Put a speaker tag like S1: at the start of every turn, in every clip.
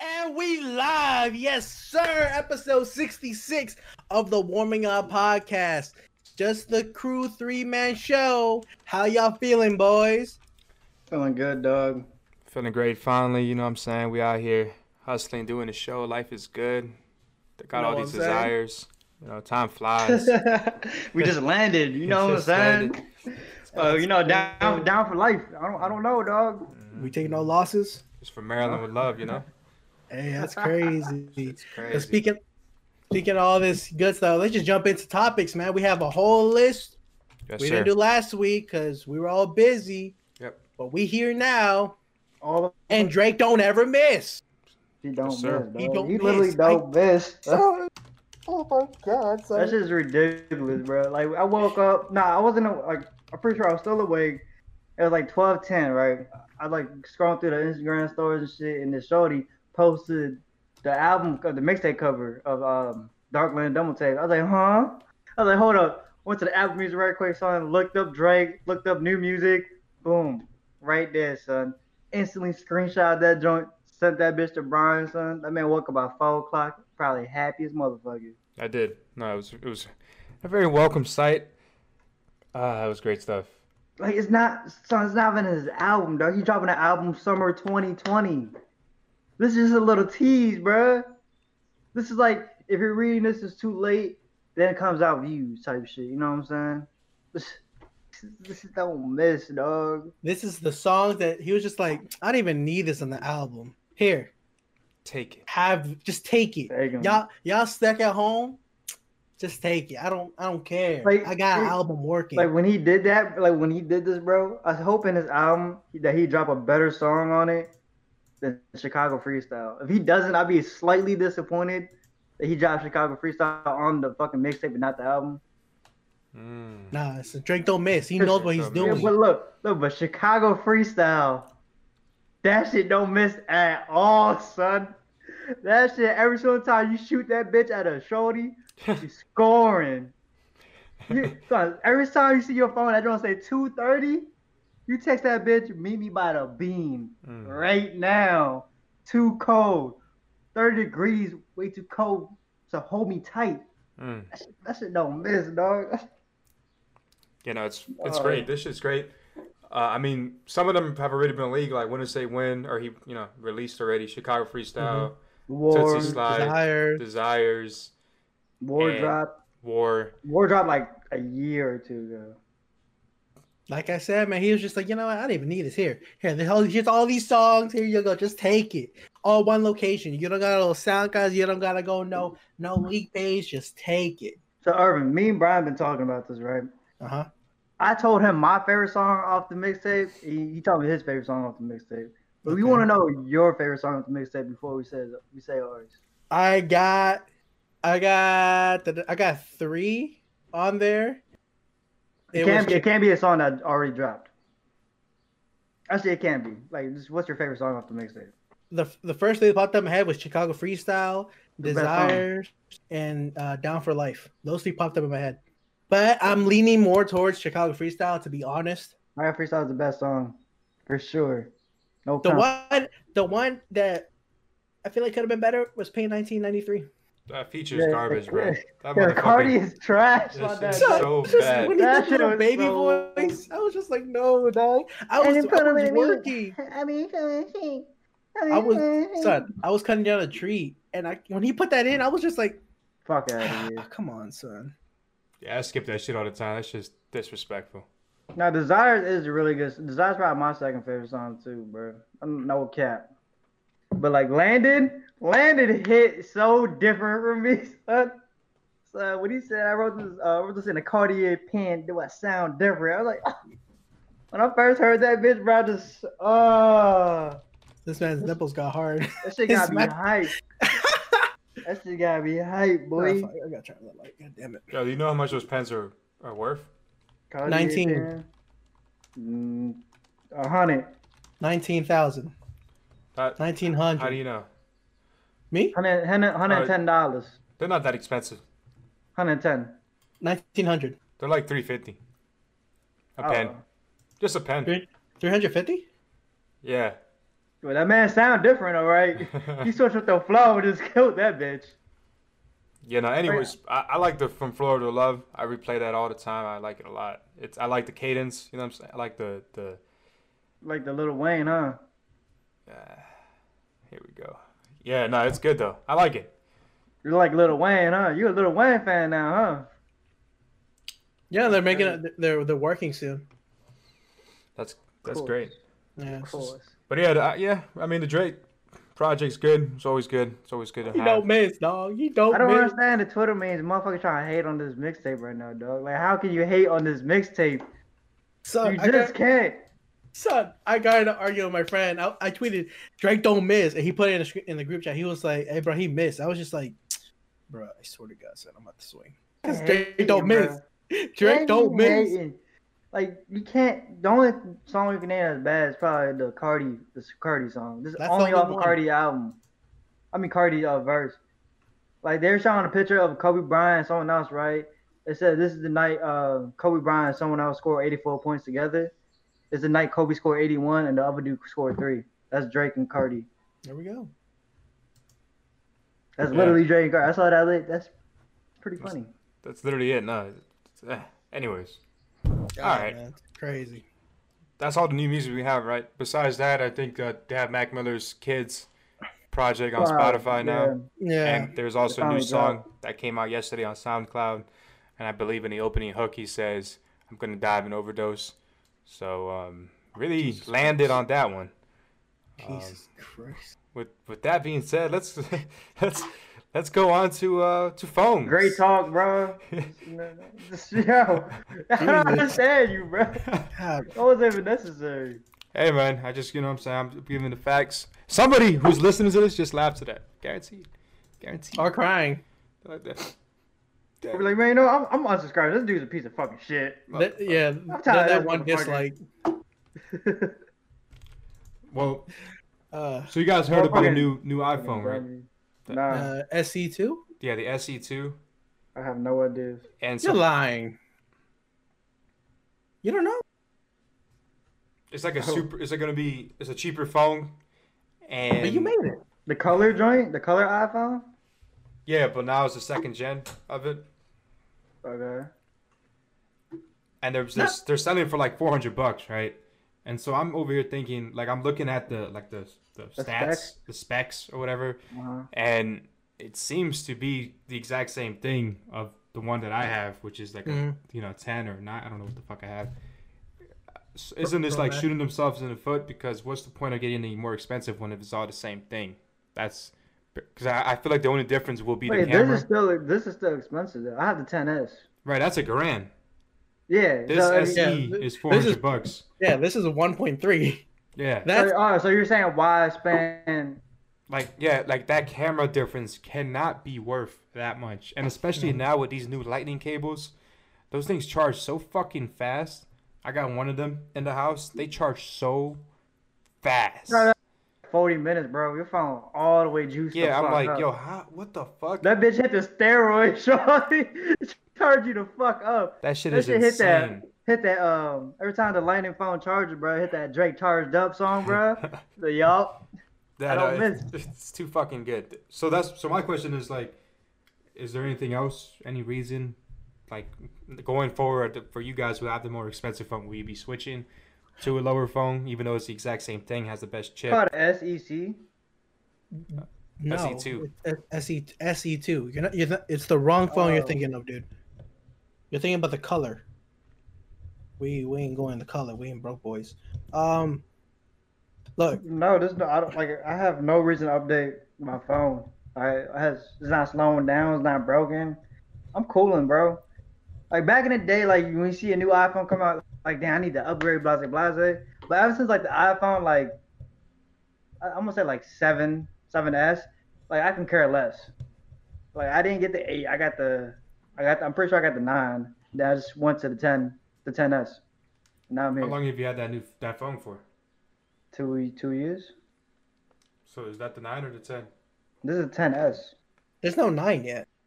S1: And we live, yes, sir. Episode 66 of the Warming Up Podcast. Just the crew three man show. How y'all feeling, boys?
S2: Feeling good, dog.
S3: Feeling great finally, you know what I'm saying? We out here hustling, doing the show. Life is good. They got
S1: Know
S3: all
S1: what
S3: these
S1: I'm saying?
S3: desires. You know, time flies.
S2: we just landed, you know what I'm
S3: Just
S2: saying? Uh, you know, down down for life. I don't I don't know, dog.
S1: We taking no losses?
S3: It's from Maryland with love, you know?
S1: Hey, that's crazy.
S3: It's
S1: But
S3: crazy.
S1: speaking, speaking of all this good stuff, let's just jump into topics, man. We have a whole list
S3: Yes,
S1: we
S3: sir.
S1: didn't do last week because we were all busy.
S3: Yep.
S1: But we here now,
S2: All of
S1: and Drake don't ever miss.
S2: he don't
S3: Yes, sir.
S2: miss,
S1: He
S2: dog.
S1: don't
S2: He, literally
S1: miss.
S2: don't miss.
S1: oh my god,
S2: That's just ridiculous, bro. Like I woke up. Nah, I wasn't aw- like I'm pretty sure I was still awake. It was like twelve ten, right? I like scrolling through the Instagram stories and shit, and the shorty posted the album, co- the mixtape cover of um Darkland Double Tape. I was like, huh? I was like, hold up. Went to the Apple Music right quick, son. Looked up Drake. Looked up new music. Boom, right there, son. Instantly screenshot that joint. Sent that bitch to Brian, son. That man woke up by four o'clock, probably happy as motherfucker.
S3: I did. No, it was it was a very welcome sight. Ah, that was great stuff.
S2: Like it's not, son. It's not even his album, dog. He dropping an album summer 2020. This is just a little tease, bruh. This is like if you're reading this is too late, then it comes out views type shit. You know what I'm saying? This, this is don't miss, dog.
S1: This is the song that he was just like, I don't even need this on the album. Here,
S3: Take it.
S1: have just take it.
S2: Take 'em.
S1: Y'all y'all stuck at home? Just take it. I don't I don't care.
S2: Like,
S1: I got an
S2: it-
S1: album working.
S2: Like when he did that, like when he did this, bro. I was hoping his album that he drop a better song on it than Chicago Freestyle. If he doesn't, I'd be slightly disappointed that he dropped Chicago Freestyle on the fucking mixtape and not the album.
S3: Mm.
S1: nah, it's Drake don't miss. He knows what he's
S3: Drake don't
S2: Yeah,
S1: doing.
S3: miss.
S2: but look, look, but Chicago Freestyle, that shit don't miss at all, son. That shit, every single time you shoot that bitch at a shorty, she's scoring. You, son, every time you see your phone, I don't say 2.30, you text that bitch, meet me by the beam
S3: Mm.
S2: right now. Too cold. 30 degrees, way too cold. So hold me tight.
S3: Mm.
S2: That shit, that shit don't miss, dog.
S3: You know, it's it's
S2: Oh.
S3: great. This shit's great. Uh, I mean, some of them have already been in the league, like When Is They Win, or he, you know, released already. Chicago Freestyle,
S1: Mm-hmm.
S2: War,
S3: Tootsie Slide,
S1: Desire.
S3: Desires,
S2: war
S3: and-
S2: drop.
S3: War.
S2: War dropped like a year or two ago.
S1: Like I said, man, he was just like, you know what? I don't even need this. Here, here, the whole, here's all these songs. Here you go. Just take it. All one location. You don't got a little sound guys. You don't gotta go no no leak page. Just take it.
S2: So Irvin, me and Brian been talking about this, right?
S1: Uh huh.
S2: I told him my favorite song off the mixtape. He, he told me his favorite song off the mixtape. But we
S1: Okay.
S2: want to know your favorite song off the mixtape before we say we say ours.
S1: I got, I got, I got three on there.
S2: It,
S1: It
S2: can't
S1: was
S2: be. It can't be a song that already dropped. Actually, it can be. Like, just what's your favorite song off the mixtape?
S1: the the first thing that popped up in my head was Chicago Freestyle,
S2: The best song.
S1: Desires, and uh, Down for Life. Those three popped up in my head, but I'm leaning more towards Chicago Freestyle to be honest.
S2: My freestyle is the best song, for sure. No
S1: The
S2: comp.
S1: one, the one that I feel like could have been better was Pain 1993.
S3: That feature's
S2: Yeah,
S3: garbage, bro.
S2: yeah.
S3: That
S2: Yeah, Cardi
S3: motherfucker.
S2: is trash
S3: Yes,
S2: on that.
S3: it's
S2: song.
S3: so
S1: just
S3: bad.
S1: when he
S2: That
S1: did
S2: shit
S1: the little
S2: was
S1: baby
S2: so-
S1: voice, I was just like, no, dog. I was,
S2: And it
S1: I
S2: put him
S1: was
S2: in me.
S1: working.
S2: I mean,
S1: I was son. I was cutting down a tree, and I when he put that in, I was just like,
S2: Fuck out of
S1: "Ah,
S2: here.
S1: "Come on, son."
S3: Yeah, I skip that shit all the time. That's just disrespectful.
S2: Now, Desires is a really good. Desires probably my second favorite song too, bro. I'm no cap. But like Landon, Landon hit so different for me, son. So when he said I wrote this, uh, I wrote this in a Cartier pen. Do I sound different? I was like, when I first heard that bitch, bro, I just uh,
S1: This man's nipples got hard.
S2: that shit
S1: His
S2: gotta be
S1: mouth-
S2: hype. that shit gotta be hype,
S1: I
S2: boy.
S1: gotta turn that light. God damn it.
S3: Yo, do you know how much those pens are, are worth?
S2: Cartier
S1: 19.
S2: pen. Mm, a hundred.
S1: 19,000.
S3: That, how
S1: 1900.
S3: do you know?
S1: Me?
S2: Hundred, hundred, hundred and ten dollars.
S3: They're not that expensive.
S2: Hundred and ten.
S1: 1900.
S3: They're like three fifty. A pen,
S2: Oh.
S3: just a pen.
S1: Three- 350?
S3: Yeah,
S2: Well, that man sound different, all right. he switched with the flow and just killed that bitch.
S3: yeah, no.
S2: Oh,
S3: Anyways, I, I like the From Floor to Love. I replay that all the time. I like it a lot. It's I like the cadence. You know what I'm saying? I like the the.
S2: Like the little Wayne, huh?
S3: Uh, here we go. Yeah, no, it's good though. I like it.
S2: You're like Little Wayne, huh? You a Little Wayne fan now, huh?
S1: Yeah, they're making it. They're they're working soon.
S3: That's that's
S2: Cool.
S3: great.
S1: Yeah.
S2: Of course.
S3: But yeah, the- yeah. I mean, the Drake project's good. It's always good. It's always good to
S1: You
S3: have.
S1: don't miss, dog. You don't,
S2: I don't
S1: miss.
S2: understand the Twitter memes. Motherfucker trying to hate on this mixtape right now, dog. Like, how can you hate on this mixtape?
S1: Son,
S2: you
S1: Uh, I
S2: just
S1: got,
S2: can't.
S1: son, I got in an argument with my friend. I, I tweeted Drake don't miss, and he put it in the, sc- in the group chat. He was like, "Hey, bro, he missed." I was just like, "Bro, I swear to God, son, I'm about to swing." Because Drake
S2: Hating,
S1: don't
S2: bro.
S1: miss. Drake
S2: Hating,
S1: don't miss.
S2: hating. Like, you can't. The only song you can name that's bad is probably the Cardi, the Cardi song. This is
S1: That's
S2: only
S1: the only
S2: off
S1: one.
S2: of Cardi album. I mean, Cardi uh, verse. Like, they're showing a picture of Kobe Bryant and someone else, right? It said this is the night uh, Kobe Bryant and someone else scored 84 points together. It's the night Kobe scored 81 and the other dude scored three. That's Drake and Cardi.
S1: There we go.
S2: That's
S3: Yeah.
S2: literally Drake and Cardi. I saw that. Lit. That's pretty
S3: That's-
S2: funny.
S3: That's literally it. No. it's- eh. Anyways,
S1: God,
S3: right.
S1: Ah, man, it's crazy.
S3: that's all the new music we have, right? Besides that, I think uh, they have Mac Miller's Kids project on
S2: Wow,
S3: Spotify now.
S2: yeah.
S1: Yeah.
S3: And there's also a
S2: finally
S3: new song
S2: dropped.
S3: that came out yesterday on SoundCloud, and I believe in the opening hook he says, "I'm gonna dive and overdose." So um, really landed on that one. Um,
S1: Jesus Christ.
S3: with with that being said, let's let's let's go on to uh to phones.
S2: Great talk, bro. Yo, I don't
S1: Jesus.
S2: understand you, bro.
S1: God,
S2: That wasn't even necessary.
S3: Hey man, I just you know what I'm saying I'm giving the facts. Somebody who's listening to this just laughed to that. Guaranteed. Guaranteed.
S1: or crying.
S3: Like that.
S2: I'd be like, man, you know, I'm, I'm unsubscribing. This dude's a piece of fucking shit.
S3: uh,
S1: That- yeah,
S2: tired
S1: that,
S2: of
S1: that
S2: this
S1: one
S2: motherfucker.
S1: dislike.
S3: Well,
S1: Uh,
S3: so you guys heard about the
S2: Motherfucking-
S3: new new iPhone, right?
S2: Nah,
S1: uh, SC2?
S3: Yeah, the SE2.
S2: I have no idea.
S3: And
S1: You're
S3: so
S1: lying. You don't know?
S3: it's like a
S1: oh.
S3: super. It's like gonna be. It's a cheaper phone. And
S1: But you made it.
S2: The color joint, the color iPhone.
S3: yeah, but now it's the second gen of it,
S2: Okay.
S3: and they're they're, they're selling it for like 400 bucks, right? And so I'm over here thinking, like I'm looking at the like the the,
S2: The
S3: stats,
S2: specs?
S3: the specs or whatever,
S2: Uh-huh.
S3: and it seems to be the exact same thing of the one that I have, which is like
S2: Mm-hmm.
S1: Mhm.
S3: a you know 10 or 9. I don't know what the fuck I have. So Isn't this like
S1: Correct.
S3: shooting themselves in the foot? Because what's the point of getting the more expensive one if it's all the same thing? That's because I, I feel like the only difference will be
S2: Wait,
S3: the
S2: this
S3: camera.
S2: is still this is still expensive. Though. I have the 10s.
S3: Right, that's a grand.
S2: Yeah.
S3: This
S2: so, I mean-
S3: SE
S1: yeah,
S3: is
S1: this
S3: four hundred
S1: is-
S3: bucks.
S1: Yeah, this is a 1.3.
S3: Yeah,
S1: That's
S2: so, oh, so you're saying why spend?
S3: like yeah, like that camera difference cannot be worth that much, and especially now with these new lightning cables, those things charge so fucking fast. I got one of them in the house. They charge so fast.
S2: Right, right. 40 minutes, bro. Your phone all the way juiced. the
S3: Yeah, I'm
S2: fuck
S3: like,
S2: up.
S3: yo, how, what the fuck?
S2: That
S3: That,
S2: bitch hit the steroid, shorty. Charge you the fuck up.
S3: shit
S2: That
S3: is
S2: shit hit that,
S3: insane.
S2: hit that. Um, every time the lightning phone charger, bro, hit that Drake charged up song, bro. the y'all,
S3: That,
S2: don't
S3: uh,
S2: miss.
S3: It's, it's too fucking good. So that's so my question is like, is there anything else, any reason, like going forward for you guys who have the more expensive phone, will you be switching to a lower phone, even though it's the exact same thing, has the best chip?
S2: called E the SEC.
S1: no.
S2: E
S3: SE2.
S1: It's E, SE, SE2. You're not, you're not, it's the wrong phone you're
S2: Oh.
S1: thinking of, dude. You're thinking about the color. We we ain't going the color. We ain't broke boys. Um, look,
S2: No, this no. I don't like. I have no reason to update my phone. I it has it's not slowing down. It's not broken. I'm cooling, bro. Like back in the day, like when you see a new iPhone come out, like damn, I need to upgrade, blase, blase. But ever since like the iPhone, like I- I'm gonna say like seven, seven S, like I can care less. Like I didn't get the eight. I got the, I got. The, I'm pretty sure I got the nine. Then I just went to the ten, the 10S. Now I'm
S3: How
S2: here.
S3: long have you had that new that phone for?
S2: two two years.
S3: So is that the nine or the ten?
S2: This is a 10S.
S1: there's no nine yet.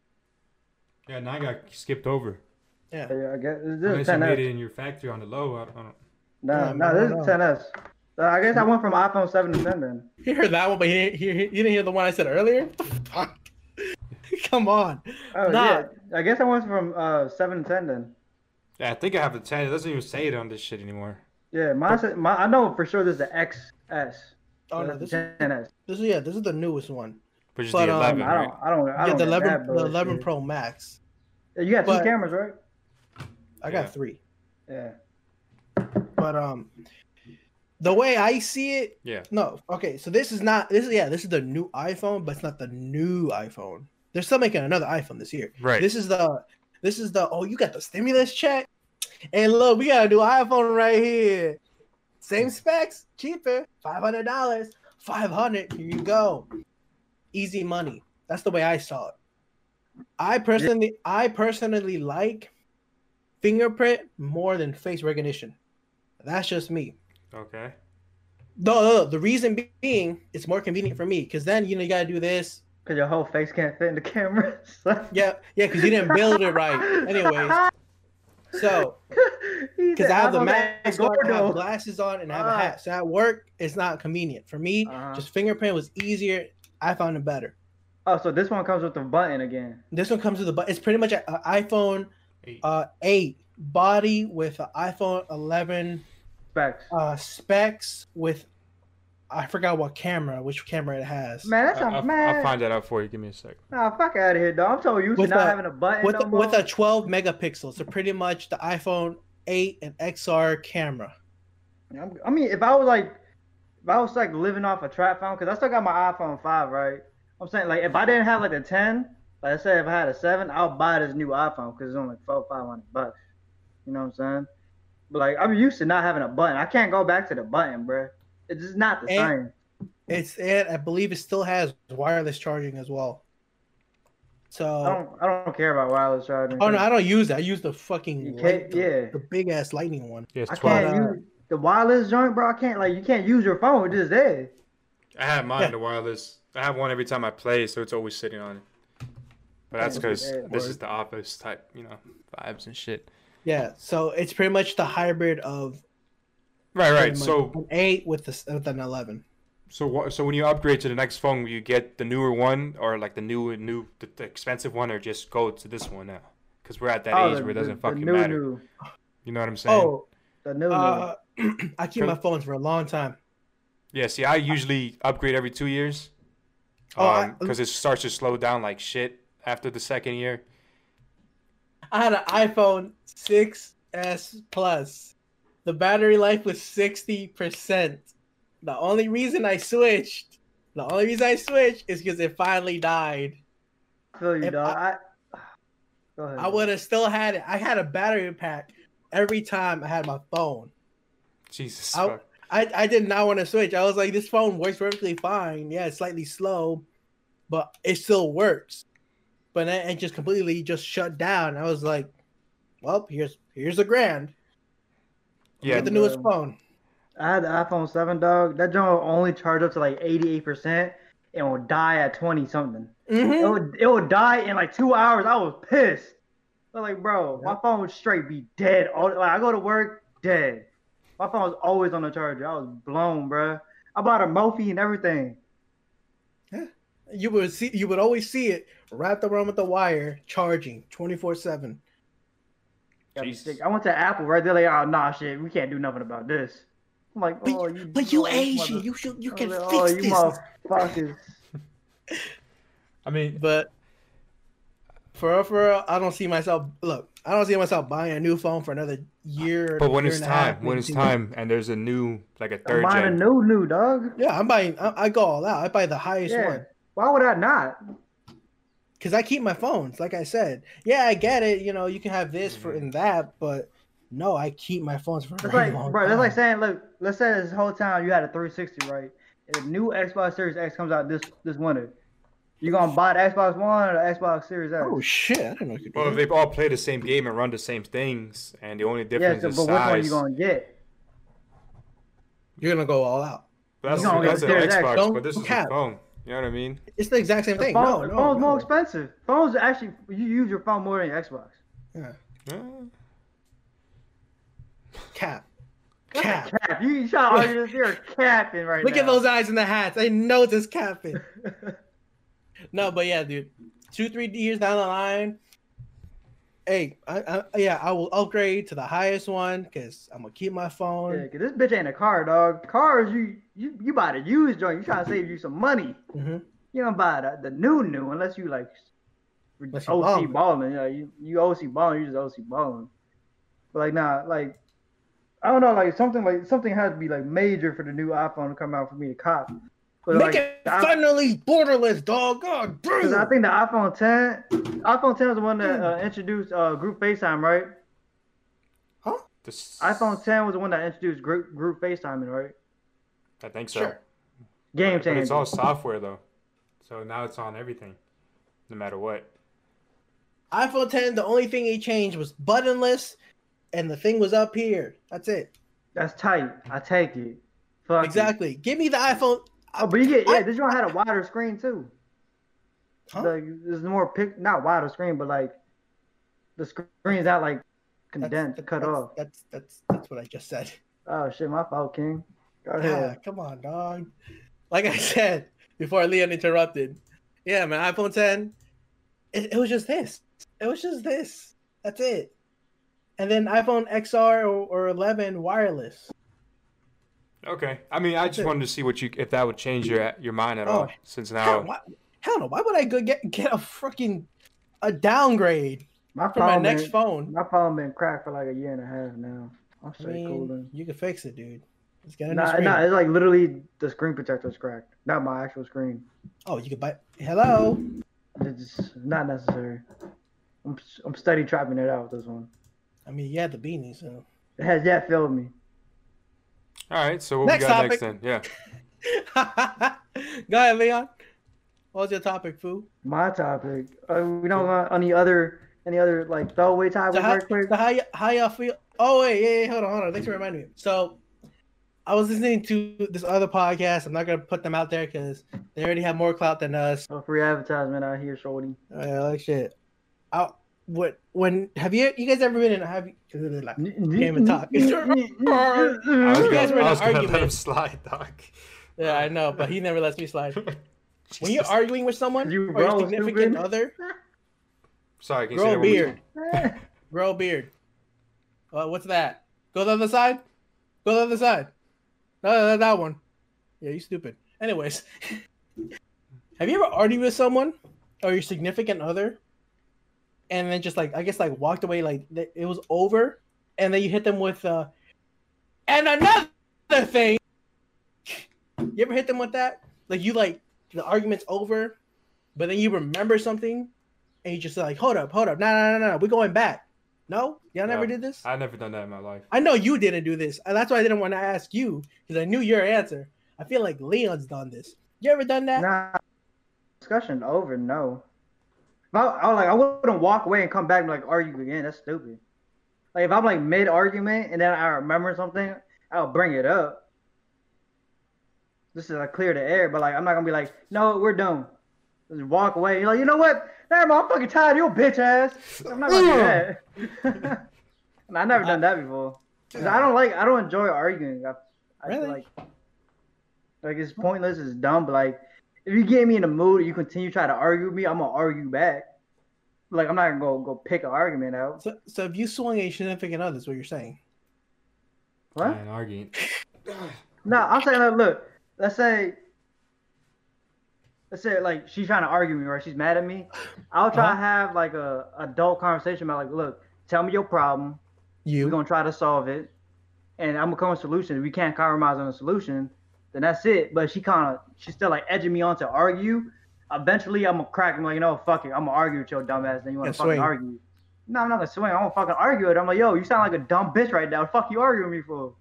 S3: Yeah, nine got skipped over.
S1: Yeah,
S2: Yeah, I guess this is
S3: Unless you made
S2: 10s.
S3: it in your factory on the low. I don't, I don't
S2: No,
S1: Yeah,
S2: no,
S1: no,
S2: this
S1: no.
S2: is 10s. So Uh, I guess I went from iPhone 7 to 10 then.
S1: You heard that one, but you didn't hear, you didn't hear the one I said earlier. Fuck. Come on.
S2: Oh,
S1: Nah.
S2: yeah. I guess I went from uh, 7 to 10 then.
S3: Yeah, I think I have the 10. It doesn't even say it on this shit anymore.
S2: Yeah, mine said, my, I know for sure there's the XS.
S1: Oh no,
S2: There's
S1: this
S2: the
S1: is
S2: 10S.
S1: this is yeah, this is the newest one.
S3: Which is
S1: But,
S3: the
S1: um,
S3: 11,
S2: I
S3: right?
S2: don't, I don't, I
S1: Yeah,
S2: don't
S1: the
S2: get
S1: eleven,
S2: that
S1: the
S2: bullshit.
S1: eleven Pro Max.
S2: You got two
S1: But-
S2: cameras, right?
S1: I got
S3: Yeah.
S1: three,
S2: Yeah.
S1: but um, the way I see it,
S3: Yeah.
S1: no, okay. So this is not this is yeah, this is the new iPhone, but it's not the new iPhone. They're still making another iPhone this year.
S3: Right.
S1: This is the this is the oh you got the stimulus check. And look, we got a new iPhone right here. Same specs, cheaper, five hundred dollars, five hundred. Here you go, easy money. That's the way I saw it. I personally, I personally like fingerprint more than face recognition. That's just me.
S3: okay.
S1: No, no, no, the reason being it's more convenient for me because then you know you gotta do this.
S2: Because your whole face can't fit in the camera. So.
S1: Yeah, yeah, because you didn't build it right. Anyways, so because I have the mask on, I have glasses on, and I have a
S2: Ah.
S1: hat. So at work, it's not convenient for me.
S2: Uh-huh.
S1: Just fingerprint was easier. I found it better.
S2: Oh, so this one comes with the button again.
S1: This one comes with a but it's pretty much an iPhone
S3: Eight.
S2: Oh,
S1: uh, eight body with an iPhone eleven
S2: Specs.
S1: uh, specs with I forgot what camera, which camera it has.
S2: Man, that's a
S3: I, will
S2: man.
S3: find that out for you. Give me a sec.
S2: Nah, fuck out of here, dog. I'm so used
S1: With
S2: to not
S1: a-
S2: having a button
S1: with
S2: no more.
S1: with a 12 megapixels, so pretty much the iPhone 8 and XR camera.
S2: I'm- I mean, if I was like, if I was like living off a trap phone, because I still got my iPhone five, right? I'm saying like, if I didn't have like a ten, like I said, if I had a seven, I'll buy this new iPhone because it's only four five hundred bucks. You know what I'm saying? But like, I'm used to not having a button. I can't go back to the button, bruh. It's just not the
S1: And-
S2: same.
S1: It's and I believe it still has wireless charging as well.
S2: I
S1: So
S2: don't, I don't care about wireless charging.
S1: oh no, I don't use that. I use the
S2: you
S1: fucking light-
S2: can't, yeah.
S1: the big ass lightning one.
S3: Yes,
S2: I
S3: 12.
S2: can't
S1: uh,
S2: use the wireless joint, bro. I can't like, you can't use your phone. It's just there.
S3: I have mine in the wireless. I have one every time I play, so it's always sitting on it. But that's
S2: Yeah,
S3: because
S2: yeah.
S3: this is the office type, you know, vibes and shit.
S1: Yeah, so it's pretty much the hybrid of
S3: Right,
S1: pretty
S3: right.
S1: much
S3: So,
S1: an 8 with the s- with an 11.
S3: so what? So when you upgrade to the next phone, will you get the newer one or like the new, new, the, the expensive one, or just go to this one now? Because we're at that
S2: Oh,
S3: age
S2: the-
S3: where it
S2: the-
S3: doesn't
S2: the
S3: fucking
S2: new,
S3: matter.
S2: new-
S3: You know what I'm saying?
S1: Oh,
S2: the new,
S1: uh, I keep
S3: Sure.
S1: my phones for a long time.
S3: Yeah, see, I usually upgrade every two years.
S1: Oh, I-
S3: because it starts to slow down like shit after the second year.
S1: I had an iPhone 6S Plus. The battery life was 60%. The only reason I switched, the only reason I switched is because it finally died.
S2: I feel you,
S1: if
S2: dog. I, go ahead.
S1: I would have still had it. I had a battery pack every time I had my phone.
S3: Jesus.
S1: I-
S3: fuck.
S1: I, I did not want to switch. I was like, this phone works perfectly fine. Yeah, it's slightly slow, but it still works. But then it just completely just shut down. I was like, well, here's here's a grand.
S3: Yeah,
S1: Get the newest
S2: Um,
S1: phone.
S2: I had the iPhone 7, dog. That joint will only charge up to like 88% and will die at 20 something.
S1: Mhm.
S2: It would, it would die in like two hours. I was pissed. I was like, bro, my phone would straight be dead. All, like, I go to work, dead. My phone was always on the charger. I was blown, bro. I bought a Mophie and everything.
S1: you would see you would always see it wrapped around with the wire charging 24 7
S2: Got me
S3: Jesus.
S2: sick. I went to Apple, right? They're like, oh, nah, shit. We can't do nothing about this. I'm like,
S1: But-
S2: oh, you. oh, mother-
S1: you should you
S2: I was like, oh, you motherfuckers.
S3: I mean,
S1: but for real, for real, i don't see myself look i don't see myself buying a new phone for another year
S3: but when
S1: year
S3: it's
S1: and a half,
S3: time, when
S1: maybe
S3: it's
S1: two.
S3: time, and there's a new, like a
S2: I'm
S3: third
S2: buying a
S3: gen.
S2: new, new, dog.
S1: yeah i'm buying I, I go all out i buy the highest
S2: Yeah.
S1: one
S2: Why would I not?
S1: because i keep my phones like i said yeah i get it you know you can have this for
S3: Mhm.
S1: and that but no i keep my phones for a
S2: That's
S1: very
S2: like,
S1: long
S2: bro. That's like
S1: time.
S2: saying, look, let's say this whole time you had a 360, right? If new Xbox Series X comes out this this winter, you gonna buy the Xbox One or the Xbox Series X?
S1: oh shit i didn't know you could do
S3: Well,
S1: that.
S3: they all play the same game and run the same things, and the only
S2: yeah,
S3: difference
S2: so,
S3: is
S2: but which one
S3: size.
S2: you gonna get?
S1: you're gonna go all out
S3: That's,
S2: you gonna
S3: that's an
S2: get the
S3: Xbox,
S1: Don't
S3: but this is a
S1: cap.
S3: phone. You know what I mean?
S1: it's the exact same thing
S2: phone,
S1: no,
S2: the
S1: no,
S2: phone's
S1: no.
S2: more expensive. Phones actually, you use your phone more than your Xbox.
S1: Yeah.
S3: Yeah.
S1: cap Cap.
S2: Cap. You you try to argue this? You're capping right
S1: Look
S2: now.
S1: at those eyes in the hats. I know this capping. no, but yeah, dude. Two, three years down the line. Hey, I, I, yeah, I will upgrade to the highest one because I'm gonna keep my
S2: Yeah,
S1: phone.
S2: 'cause this bitch ain't a car, dog. Cars, you you you buy the used joint. You trying to save you some money.
S1: Mhm.
S2: You don't buy the, the new new unless you like
S1: Unless you
S2: OC balling. Yeah, you you OC balling. You just OC balling. But like nah, like I don't know, like something like something has to be like major for the new iPhone to come out for me to cop. But
S1: Make
S2: like,
S1: it
S2: the i-
S1: finally borderless, dog. God
S2: Cause
S1: damn.
S2: I think the iPhone 10, iPhone 10 is the one that uh, introduced uh, group FaceTime, right?
S3: The s-
S2: iPhone 10 was the one that introduced group group FaceTiming, right?
S3: I think so.
S1: Sure.
S2: Game
S3: But
S2: changer.
S3: it's all software though, so now it's on everything, no matter what.
S1: iPhone 10, the only thing he changed was buttonless, and the thing was up here. That's it.
S2: That's tight. I take it. Fuck it.
S1: Exactly. Give me the iPhone.
S2: Oh, but you get yeah.
S1: I-
S2: This one had a wider screen too.
S1: Huh?
S2: Like there's more pic, not wider screen, but like the screen's not like
S1: That's-
S2: condensed,
S1: that's-
S2: cut
S1: that's,
S2: off.
S1: That's that's that's what I just said.
S2: Oh shit, my fault, King. Go
S1: Yeah,
S2: ahead.
S1: come on, dog. Like I said before, Leon interrupted. Yeah, man, iPhone 10. It, it was just this. It was just this. That's it. And then iPhone XR or, or 11 wireless.
S3: Okay, I mean, I just
S1: it.
S3: wanted to see what you if that would change your your mind at
S1: Oh,
S3: all, since
S1: Hell,
S3: now
S1: why, hell no. Why would I go get get a freaking a downgrade
S2: my
S1: for my
S2: phone.
S1: next
S2: been,
S1: phone?
S2: my phone been cracked for like a year and a half now. I'm
S1: I
S2: straight
S1: mean,
S2: cooling.
S1: you can fix it, dude. Just get a new
S2: Nah,
S1: screen.
S2: nah, it's like literally the screen protector's cracked, not my actual screen.
S1: Oh, you can buy. Hello.
S2: It's not necessary. I'm I'm steady trapping it out with this one.
S1: I mean, yeah, the beanie. So
S2: It has yet failed me.
S3: All right, so what
S1: Next
S3: we got
S1: topic.
S3: next then? Yeah.
S1: go ahead, Leon. What was your topic, foo?
S2: My topic. Uh, we don't want any other any other like throwaway
S1: So
S2: topics
S1: how,
S2: right quick.
S1: so how, y- how y'all feel? Oh wait, yeah, yeah, hold on, hold on. Thanks for reminding me. So, I was listening to this other podcast. I'm not gonna put them out there because they already have more clout than us.
S2: No Oh, free advertisement out here, shorty.
S1: Uh, like shit. I, what when have you you guys ever been in? Have you, like,
S2: Game
S1: and talk.
S3: I was
S1: You guys
S3: gonna,
S1: were in
S3: I
S1: an
S3: was gonna let
S1: argument.
S3: him slide, dog.
S1: yeah, I know, but he never lets me slide. When you're
S3: Jesus.
S1: arguing with someone
S2: You
S1: or your
S2: grow,
S1: significant
S2: stupid.
S1: other,
S3: sorry, can you say
S1: grow
S3: that
S1: a
S3: one more
S1: beard. Grow a beard. Uh, what's that? Go the other side. Go the other side. No, no, no, that one. Yeah, you stupid. Anyways, have you ever argued with someone or your significant other, and then just like I guess like walked away like th- it was over, and then you hit them with uh, and another thing. You ever hit them with that? Like you like the argument's over, but then you remember something, and you just like hold up, hold up, no, no, no, no, no, we're going back. No, y'all never
S3: No.
S1: did this.
S3: time? I never done that in my life.
S1: I know you didn't do this. and That's why I didn't want to ask you because I knew your answer. I feel like Leon's done this. You ever done that?
S2: Nah, discussion over. No, if I, I was like I wouldn't walk away and come back and like argue again. That's stupid. Like if I'm like mid argument and then I remember something, I'll bring it up. This is like clear the air, but like I'm not gonna be like, no, we're done. Just walk away. You're like, you know what? Damn, I'm fucking tired of your bitch ass. I'm not gonna do that. And I never done that before. 'Cause I don't like I don't enjoy arguing. I, I feel
S1: Really?
S2: like like it's pointless, it's dumb, but like if you get me in the mood and you continue trying to argue with me, I'm gonna argue back. Like I'm not gonna go go pick an argument out.
S1: So, so if you swung a significant other, is what you're saying?
S2: What?
S3: And arguing.
S2: No, I'm saying like look, let's say let's say like she's trying to argue with me, right? She's mad at me. I'll try
S1: Uh-huh.
S2: to have like a adult conversation about like, look, tell me your problem.
S1: You
S2: we're gonna try to solve it, and I'm gonna come with a solution. If we can't compromise on a solution, then that's it. But she kind of she's still like edging me on to argue. Eventually, I'm gonna crack. I'm like, you know, fuck it. I'm gonna argue with your dumb ass. Then you wanna
S1: Yeah,
S2: fucking
S1: swing.
S2: argue? No, I'm not gonna swing. I'm gonna fucking argue it. I'm like, yo, you sound like a dumb bitch right now. Fuck you arguing with me for?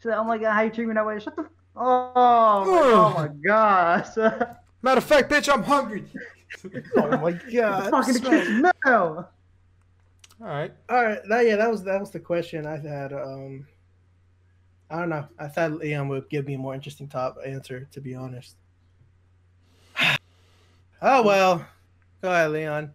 S2: She's like, oh my god, how you treat me that way? Shut the. f- Oh, I'm like, oh my gosh.
S3: Matter of fact, bitch, I'm hungry.
S1: oh my god!
S2: fucking the kitchen now.
S3: all right.
S1: All right, that, yeah, that was that was the question I had. Um, I don't know. I thought Leon would give me a more interesting top answer, to be honest. oh well, go ahead, Leon.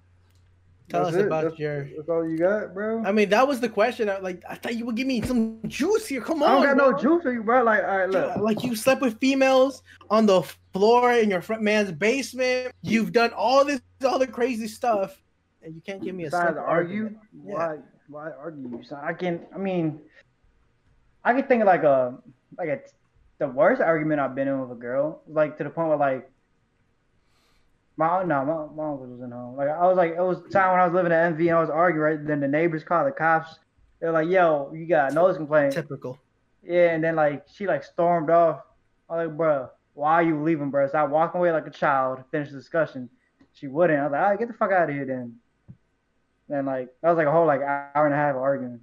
S1: Tell
S2: That's
S1: us
S2: it.
S1: about
S2: that's,
S1: your.
S2: That's all you got, bro.
S1: I mean, that was the question. I, like, I thought you would give me some juice here. Come on,
S2: I don't got no
S1: bro.
S2: juice for you, bro. Like, all right, look.
S1: Yeah, Like you slept with females on the floor in your front man's basement. You've done all this other crazy stuff, and you can't give me a
S2: Besides,
S1: simple
S2: argue?
S1: argument. Yeah.
S2: Why? Why argue? you son? I can. I mean, I can think of like a like a the worst argument I've been in with a girl, like to the point where like my no my, my uncle wasn't home. Like I was like it was a time when I was living at MV and I was arguing. Right then the neighbors called the cops. They're like, "Yo, you got a noise complaint."
S1: Typical.
S2: Yeah, and then like she like stormed off. I was like, bruh, why are you leaving, bruh? So I walked away like a child to finish the discussion. She wouldn't. I was like, all right, get the fuck out of here then. Then like that was like a whole like hour and a half arguing.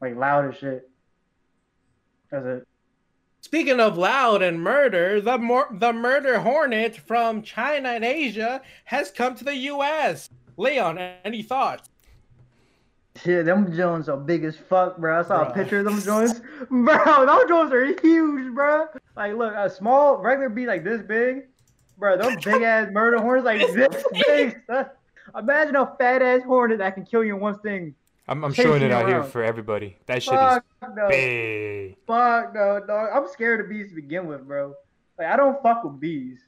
S2: Like loud as shit. That's it.
S1: Speaking of loud and murder, the mor- the murder hornet from China and Asia has come to the U.S. Leon, any thoughts?
S2: Shit, them Jones are big as fuck, bro. I saw
S1: Bruh.
S2: a picture of them Jones. bro, those Jones are huge, bro. Like, look, a small regular bee like this big, bro. Those big ass murder horns like this big. son. Imagine a fat ass hornet that can kill you in one sting.
S3: I'm, I'm
S2: Chasing
S3: showing it
S2: you
S3: out here
S2: around.
S3: for everybody. That shit is
S2: Fuck no,
S3: big.
S2: fuck no, dog. I'm scared of bees to begin with, bro. Like, I don't fuck with bees.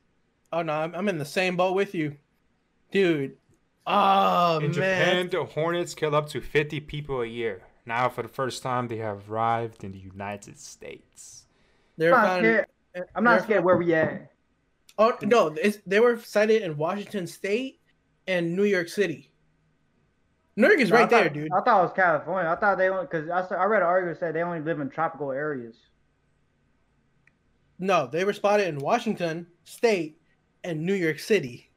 S1: Oh no, I'm, I'm in the same boat with you, dude. Oh man,
S3: In Japan, the hornets kill up to 50 people a year. Now, for the first time, they have arrived in the United States.
S1: they're
S2: I'm not
S1: found-
S2: scared. I'm not
S1: they're
S2: scared where we at.
S1: Oh no, it's, they were sighted in Washington State and New York City. New York is
S2: No, I
S1: right there,
S2: thought-
S1: dude.
S2: I thought it was California. I thought they only because I, saw- I read an article that said they only live in tropical areas.
S1: No, they were spotted in Washington State and New York City.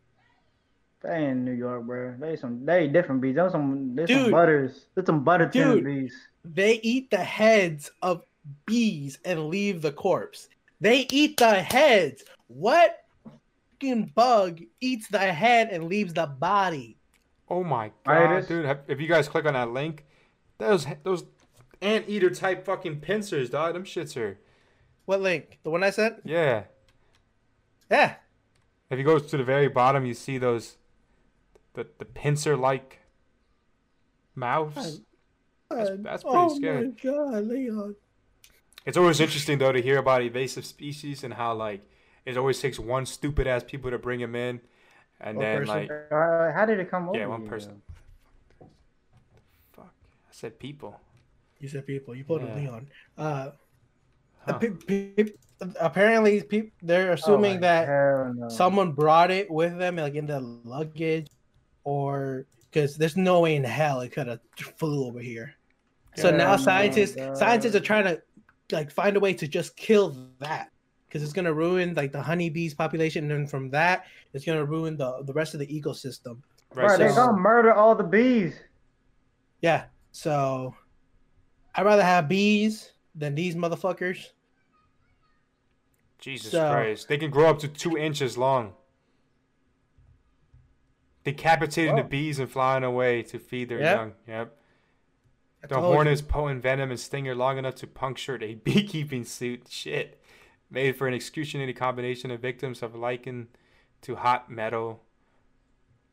S2: They in New York, bro. They some they different bees. Those some they some
S1: Dude.
S2: butters. There's some butter tin
S1: Dude.
S2: bees.
S1: They eat the heads of bees and leave the corpse. They eat the heads. What fucking bug eats the head and leaves the body?
S3: Oh my
S2: Right,
S3: god,
S2: it's-
S3: dude! have- If you guys click on that link, those those anteater type fucking pincers, dog. Them shits are
S1: What link? The one I sent?
S3: yeah.
S1: Yeah.
S3: If you go to the very bottom, you see those the the pincer like mouths. That's- that's pretty
S1: oh
S3: scary.
S1: my god, Leon.
S3: It's always interesting though to hear about invasive species and how like it always takes one stupid ass people to bring them in, and
S1: One
S3: then
S1: person.
S3: like
S2: Uh, how did it come over? Oh,
S3: yeah, one
S2: you,
S3: person. Fuck, I said people.
S1: You said people. You pulled a
S3: Yeah.
S1: Leon. Uh,
S3: Huh.
S1: pe- pe- apparently, peop they're
S2: though? Oh,
S1: assuming
S2: like,
S1: that
S2: hell no.
S1: someone brought it with them, like in their luggage, or because there's no way in hell it could have flew over here. So
S2: Yeah,
S1: now
S2: man,
S1: scientists,
S2: dog.
S1: scientists are trying to like find a way to just kill that because it's gonna ruin like the honeybees population, and then from that, it's gonna ruin the the rest of the ecosystem.
S2: Bro,
S3: Right,
S2: they
S3: so,
S1: Versus-
S2: gonna murder all the bees.
S1: Yeah. So I'd rather have bees than these motherfuckers.
S3: Jesus
S1: so-
S3: Christ, they can grow up to two inches long. Decapitating the
S2: Whoa.
S3: bees and flying away to feed their
S1: Yep.
S3: young. Yep.
S1: I
S3: The
S1: told you.
S3: hornet's potent venom and stinger long enough to puncture a beekeeping suit. Shit. Made for an excruciating combination of victims of lichen to hot metal,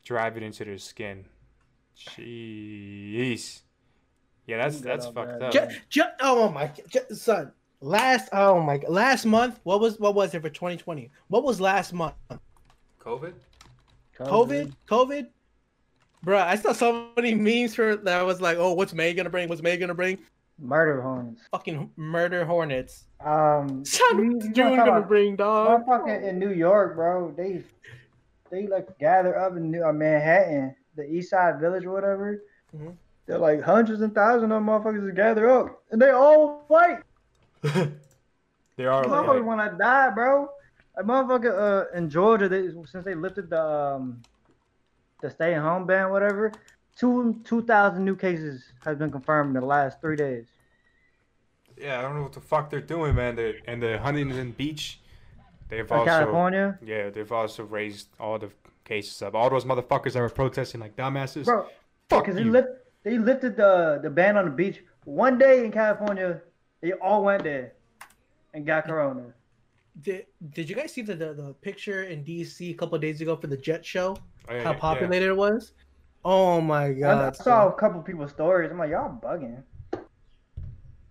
S3: drive it into their skin. Jeez. Yeah, that's
S2: You got
S3: that's
S2: all
S3: fucked
S2: that.
S3: up.
S1: Ju- ju- oh my ju- son last oh my last month what was what was it for 2020 what was last month
S3: COVID?
S1: covid covid Bruh, i saw so many memes for that was like oh what's may gonna bring what's may gonna bring
S2: murder horns.
S1: fucking murder hornets
S2: Um,
S1: son
S2: you-
S1: what's
S2: you
S1: june Mm,
S2: wanna talk
S1: gonna
S2: about-
S1: bring dog
S2: Motherfucking in New York, bro. They they like gather up in New uh, Manhattan, the East Side Village or whatever.
S1: Mhm.
S2: They're like hundreds and thousands of motherfuckers just gather up, and they all white.
S3: there are
S2: Motherfuckers
S3: like,
S2: want to die, bro. Like motherfucker uh, in Georgia, they, since they lifted the um, the stay at home ban, whatever, two two thousand new cases has been confirmed in the last three days.
S3: yeah, I don't know what the fuck they're doing, man. They're, and the Huntington Beach, they've
S2: Like
S3: also
S2: California,
S3: yeah, they've also raised all the cases up. All those motherfuckers that were protesting like dumbasses.
S2: bro.
S3: fuck
S2: Because they,
S3: you.
S2: lift, they lifted the the ban on the beach one day in California. They all went there and got corona.
S1: did, did you guys see the, the the picture in dc a couple days ago for the jet show
S3: Oh, yeah,
S1: how
S3: yeah, yeah.
S1: popular it was Oh my
S2: I, I
S1: god!
S2: saw a couple people's stories. I'm like, y'all bugging.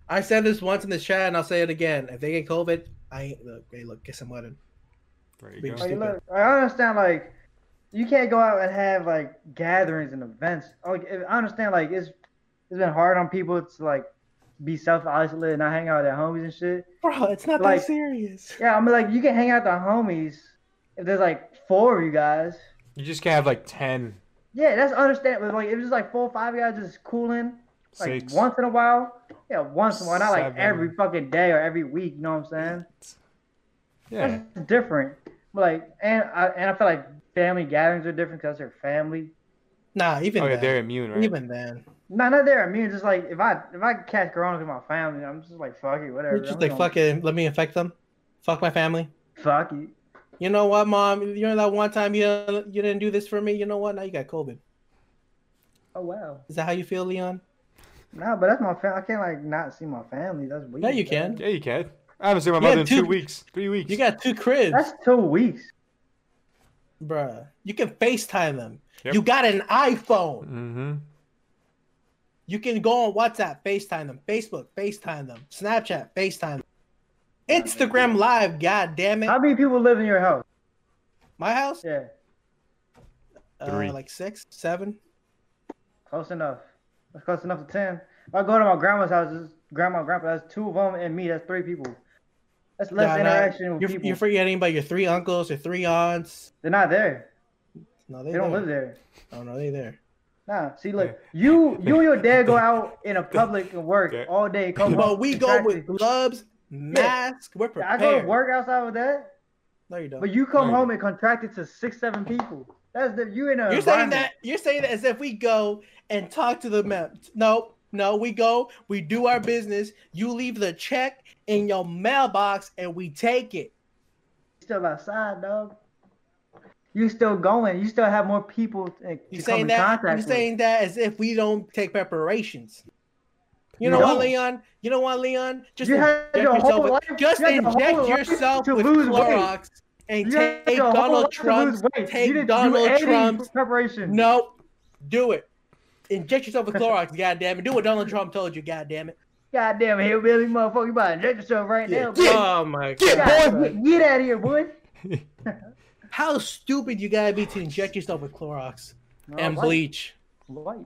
S1: I said this once in the chat, and I'll say it again. If they get COVID, I ain't look. Hey, look, get some wedding.
S3: There
S1: Big
S3: you go.
S1: shit. Stupid.
S2: Like, look, I understand like you can't go out and have like gatherings and events. Oh, Like, I understand like it's it's been hard on people to like be self isolated and not hang out with their homies and shit.
S1: Bro, it's not
S2: Like-
S1: that serious.
S2: Yeah, I mean like you can hang out with the homies if there's like four of you guys.
S3: You just can't have like ten,
S2: Yeah, that's understandable. Like if it's like four or five guys just cooling like
S3: six.
S2: once in a while. Yeah, once in a while, not like
S3: Seven.
S2: every fucking day or every week. You know what I'm saying?
S3: Yeah,
S2: That's different. But like, and I and I feel like family gatherings are different because they're family.
S1: Nah, even
S3: okay, they're
S1: then,
S3: immune, right?
S1: even then,
S2: No, not there. I mean, just like if I if I catch corona to my family, I'm just like fuck it, whatever.
S1: You're just
S2: I'm
S1: like
S2: gonna-
S1: fucking. Let me infect them. Fuck my family.
S2: fuck it.
S1: You know what, mom? You know that one time you you didn't do this for me. You know what? Now you got COVID.
S2: Oh wow.
S1: Is that how you feel, Leon?
S2: No, but that's my family. I can't like not see my family. That's weird.
S1: Yeah, you
S2: bro.
S1: can.
S3: Yeah, you can. I haven't seen my
S1: Yeah,
S3: mother in two
S1: dude.
S3: weeks, three weeks.
S1: You got two cribs,
S2: That's two weeks.
S1: bruh. You can FaceTime them.
S3: Yep.
S1: You got an iPhone.
S3: Mm-hmm.
S1: You can go on WhatsApp, FaceTime them. Facebook, FaceTime them. Snapchat, FaceTime them. Instagram Live, god damn
S2: How
S1: it.
S2: many people live in your house?
S1: My house?
S2: Yeah,
S3: Three.
S1: Uh, like six, seven.
S2: close enough. That's close enough to ten. If I go to my grandma's house, it's grandma, and grandpa, that's two of them and me. That's three people. That's less
S1: Nah, nah,
S2: interaction with
S1: You're,
S2: people.
S1: you're forgetting about your three uncles, your three aunts.
S2: They're not there.
S1: No, they,
S2: They don't
S1: there.
S2: live there.
S1: Oh no, they there.
S2: Nah, see, look, you you and your dad go out in a public and work
S3: Yeah.
S2: all day. Come
S1: But
S2: home,
S1: we go with
S2: distracted.
S1: gloves, mask. We're
S2: I go to
S1: prepared.
S2: work outside with that,
S1: No, you don't.
S2: but you come
S3: No, you
S2: home and contracted to six, seven people. That's the you in a.
S1: You're saying that you're saying that as if we go and talk to the map. No, no, we go, we do our business. You leave the check in your mailbox and we take it.
S2: still outside, dog. You still going. You still have more people to, to
S1: You
S2: come
S1: saying
S2: in
S1: that
S2: contact
S1: you
S2: with.
S1: saying that as if we don't take preparations. You know
S2: No.
S1: what, Leon? You know what, Leon? Just
S2: You had
S1: inject
S2: your whole
S1: yourself.
S2: life-
S1: With, just
S2: you had your whole
S1: inject
S2: life
S1: yourself
S2: to
S1: with
S2: lose weight.
S1: Clorox and
S2: You had
S1: take
S2: your whole
S1: Donald
S2: life to lose
S1: Trump's.
S2: weight. You
S1: Take
S2: didn't do
S1: Donald
S2: any
S1: Trump's.
S2: preparation.
S1: No, do it. Inject yourself with Clorox. goddamn it. Do what Donald Trump told you. Goddamn it.
S2: goddamn hillbilly motherfucker, you about to inject yourself right now,
S3: Get-
S2: bro.
S1: Oh my
S3: get
S1: god.
S2: God,
S3: boy.
S2: Get, get out of here, boy.
S1: How stupid you gotta be to inject yourself with Clorox and
S2: Alright.
S1: bleach.
S2: White.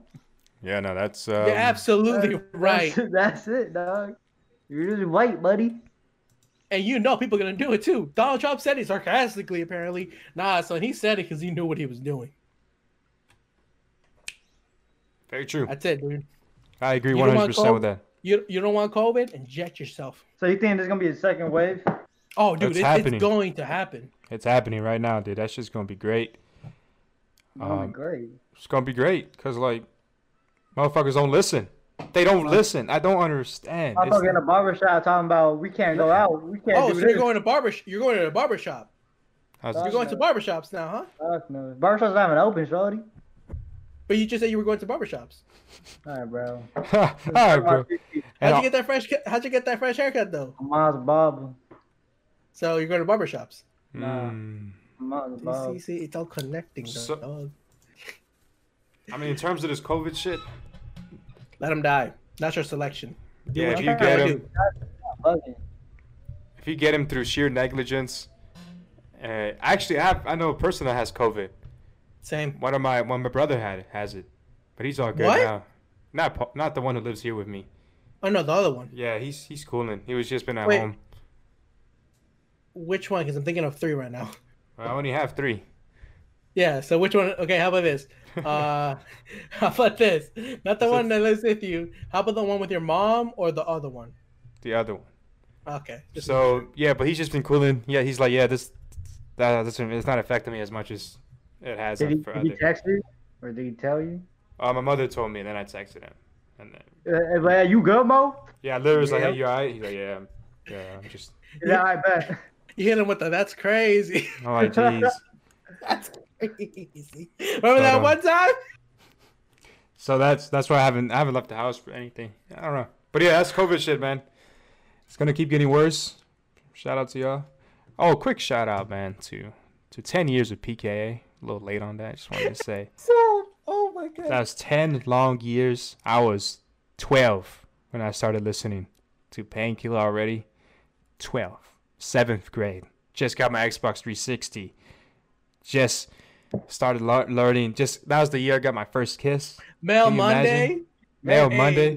S3: Yeah, no, that's um,
S1: You're absolutely
S2: That's-
S1: right.
S2: That's, that's it, dog. You're just white, buddy.
S1: And you know people are gonna do it too. Donald Trump said it sarcastically, apparently. Nah, son, he said it because he knew what he was doing.
S3: very true.
S1: That's it, dude.
S3: I agree
S1: You
S3: one
S1: don't
S3: hundred
S1: want
S3: percent with
S1: cold?
S3: that.
S1: You you don't want COVID? Inject yourself.
S2: So you think there's gonna be a second wave?
S1: Oh, dude,
S3: That's
S1: it,
S3: happening.
S1: it's going to happen.
S3: It's happening right now, dude. That's just gonna be great.
S2: oh,
S3: Um,
S2: great.
S3: It's gonna be great, cause like, motherfuckers don't listen. They don't listen. I don't understand.
S2: I'm
S3: It's-
S2: talking in a barber shop talking about we can't go out. We can't
S1: Oh,
S2: do
S1: so
S2: this.
S1: you're going to barber you're going to a barber shop.
S3: I was-
S1: You're going to barber shops now, huh?
S2: Fuck no. Barber shops not even open, shorty.
S1: But you just said you were going to barber shops.
S2: All right, bro.
S3: All right, bro.
S1: How'd
S3: And
S1: you get that fresh? cu- How'd you get that fresh haircut though?
S2: Miles Bob.
S1: So you're going to barber shops.
S3: I-
S2: Nah.
S3: Mm.
S2: Miles
S1: See,
S2: Bob.
S1: see, see, it's all connecting.
S3: So-
S1: dog.
S3: I mean, in terms of this COVID shit,
S1: Let them die. That's your selection. Do
S3: yeah,
S1: what
S3: if
S1: you
S3: you get
S1: gotta
S3: him,
S1: do.
S2: Bugging.
S3: if you get him through sheer negligence, uh, actually, I have, I know a person that has COVID.
S1: Same.
S3: One of my one my brother had has it, but he's all good
S1: What?
S3: now. Not Pa- not the one who lives here with me.
S1: Oh no, the other one.
S3: Yeah, he's he's cooling. He was just been at
S1: Wait.
S3: home.
S1: Which one? Because I'm thinking of three right now.
S3: I only have three.
S1: Yeah. So which one? Okay. How about this? Uh, how about this? Not the
S3: So
S1: one that lives with you. How about the one with your mom or the other one?
S3: The other one.
S1: Okay. just-
S3: So yeah, but he's just been cooling. Yeah, he's like, yeah, this that this it's not affecting me as much as it has
S2: Did he,
S3: for
S2: did he
S3: other.
S2: text you? Or did he tell you?
S3: Uh, my mother told me, and then I texted him, and then
S2: Uh, like, you good, Mo?
S3: yeah, literally was like,
S2: Yeah.
S3: hey, you alright? He's like, yeah, I'm- yeah, I'm just.
S2: Yeah, I bet.
S1: you hit him with the. That's crazy.
S3: Oh jeez.
S1: that's crazy. Remember that
S3: on.
S1: one time?
S3: so that's that's why I haven't I haven't left the house for anything. I don't know, but yeah, that's COVID shit, man. It's gonna keep getting worse. Shout out to y'all. Oh, quick shout out, man, to to ten years of PKA. A little late on that. Just wanted to say.
S1: So. Oh my like that.
S3: That was 10 long years. I was 12 when I started listening to Painkiller already. 12. Seventh grade. Just got my Xbox 360. Just started lear- learning. Just That was the year I got my first kiss.
S1: Mail
S3: Can you
S1: Monday.
S3: imagine? Mail
S1: Hey.
S3: Monday.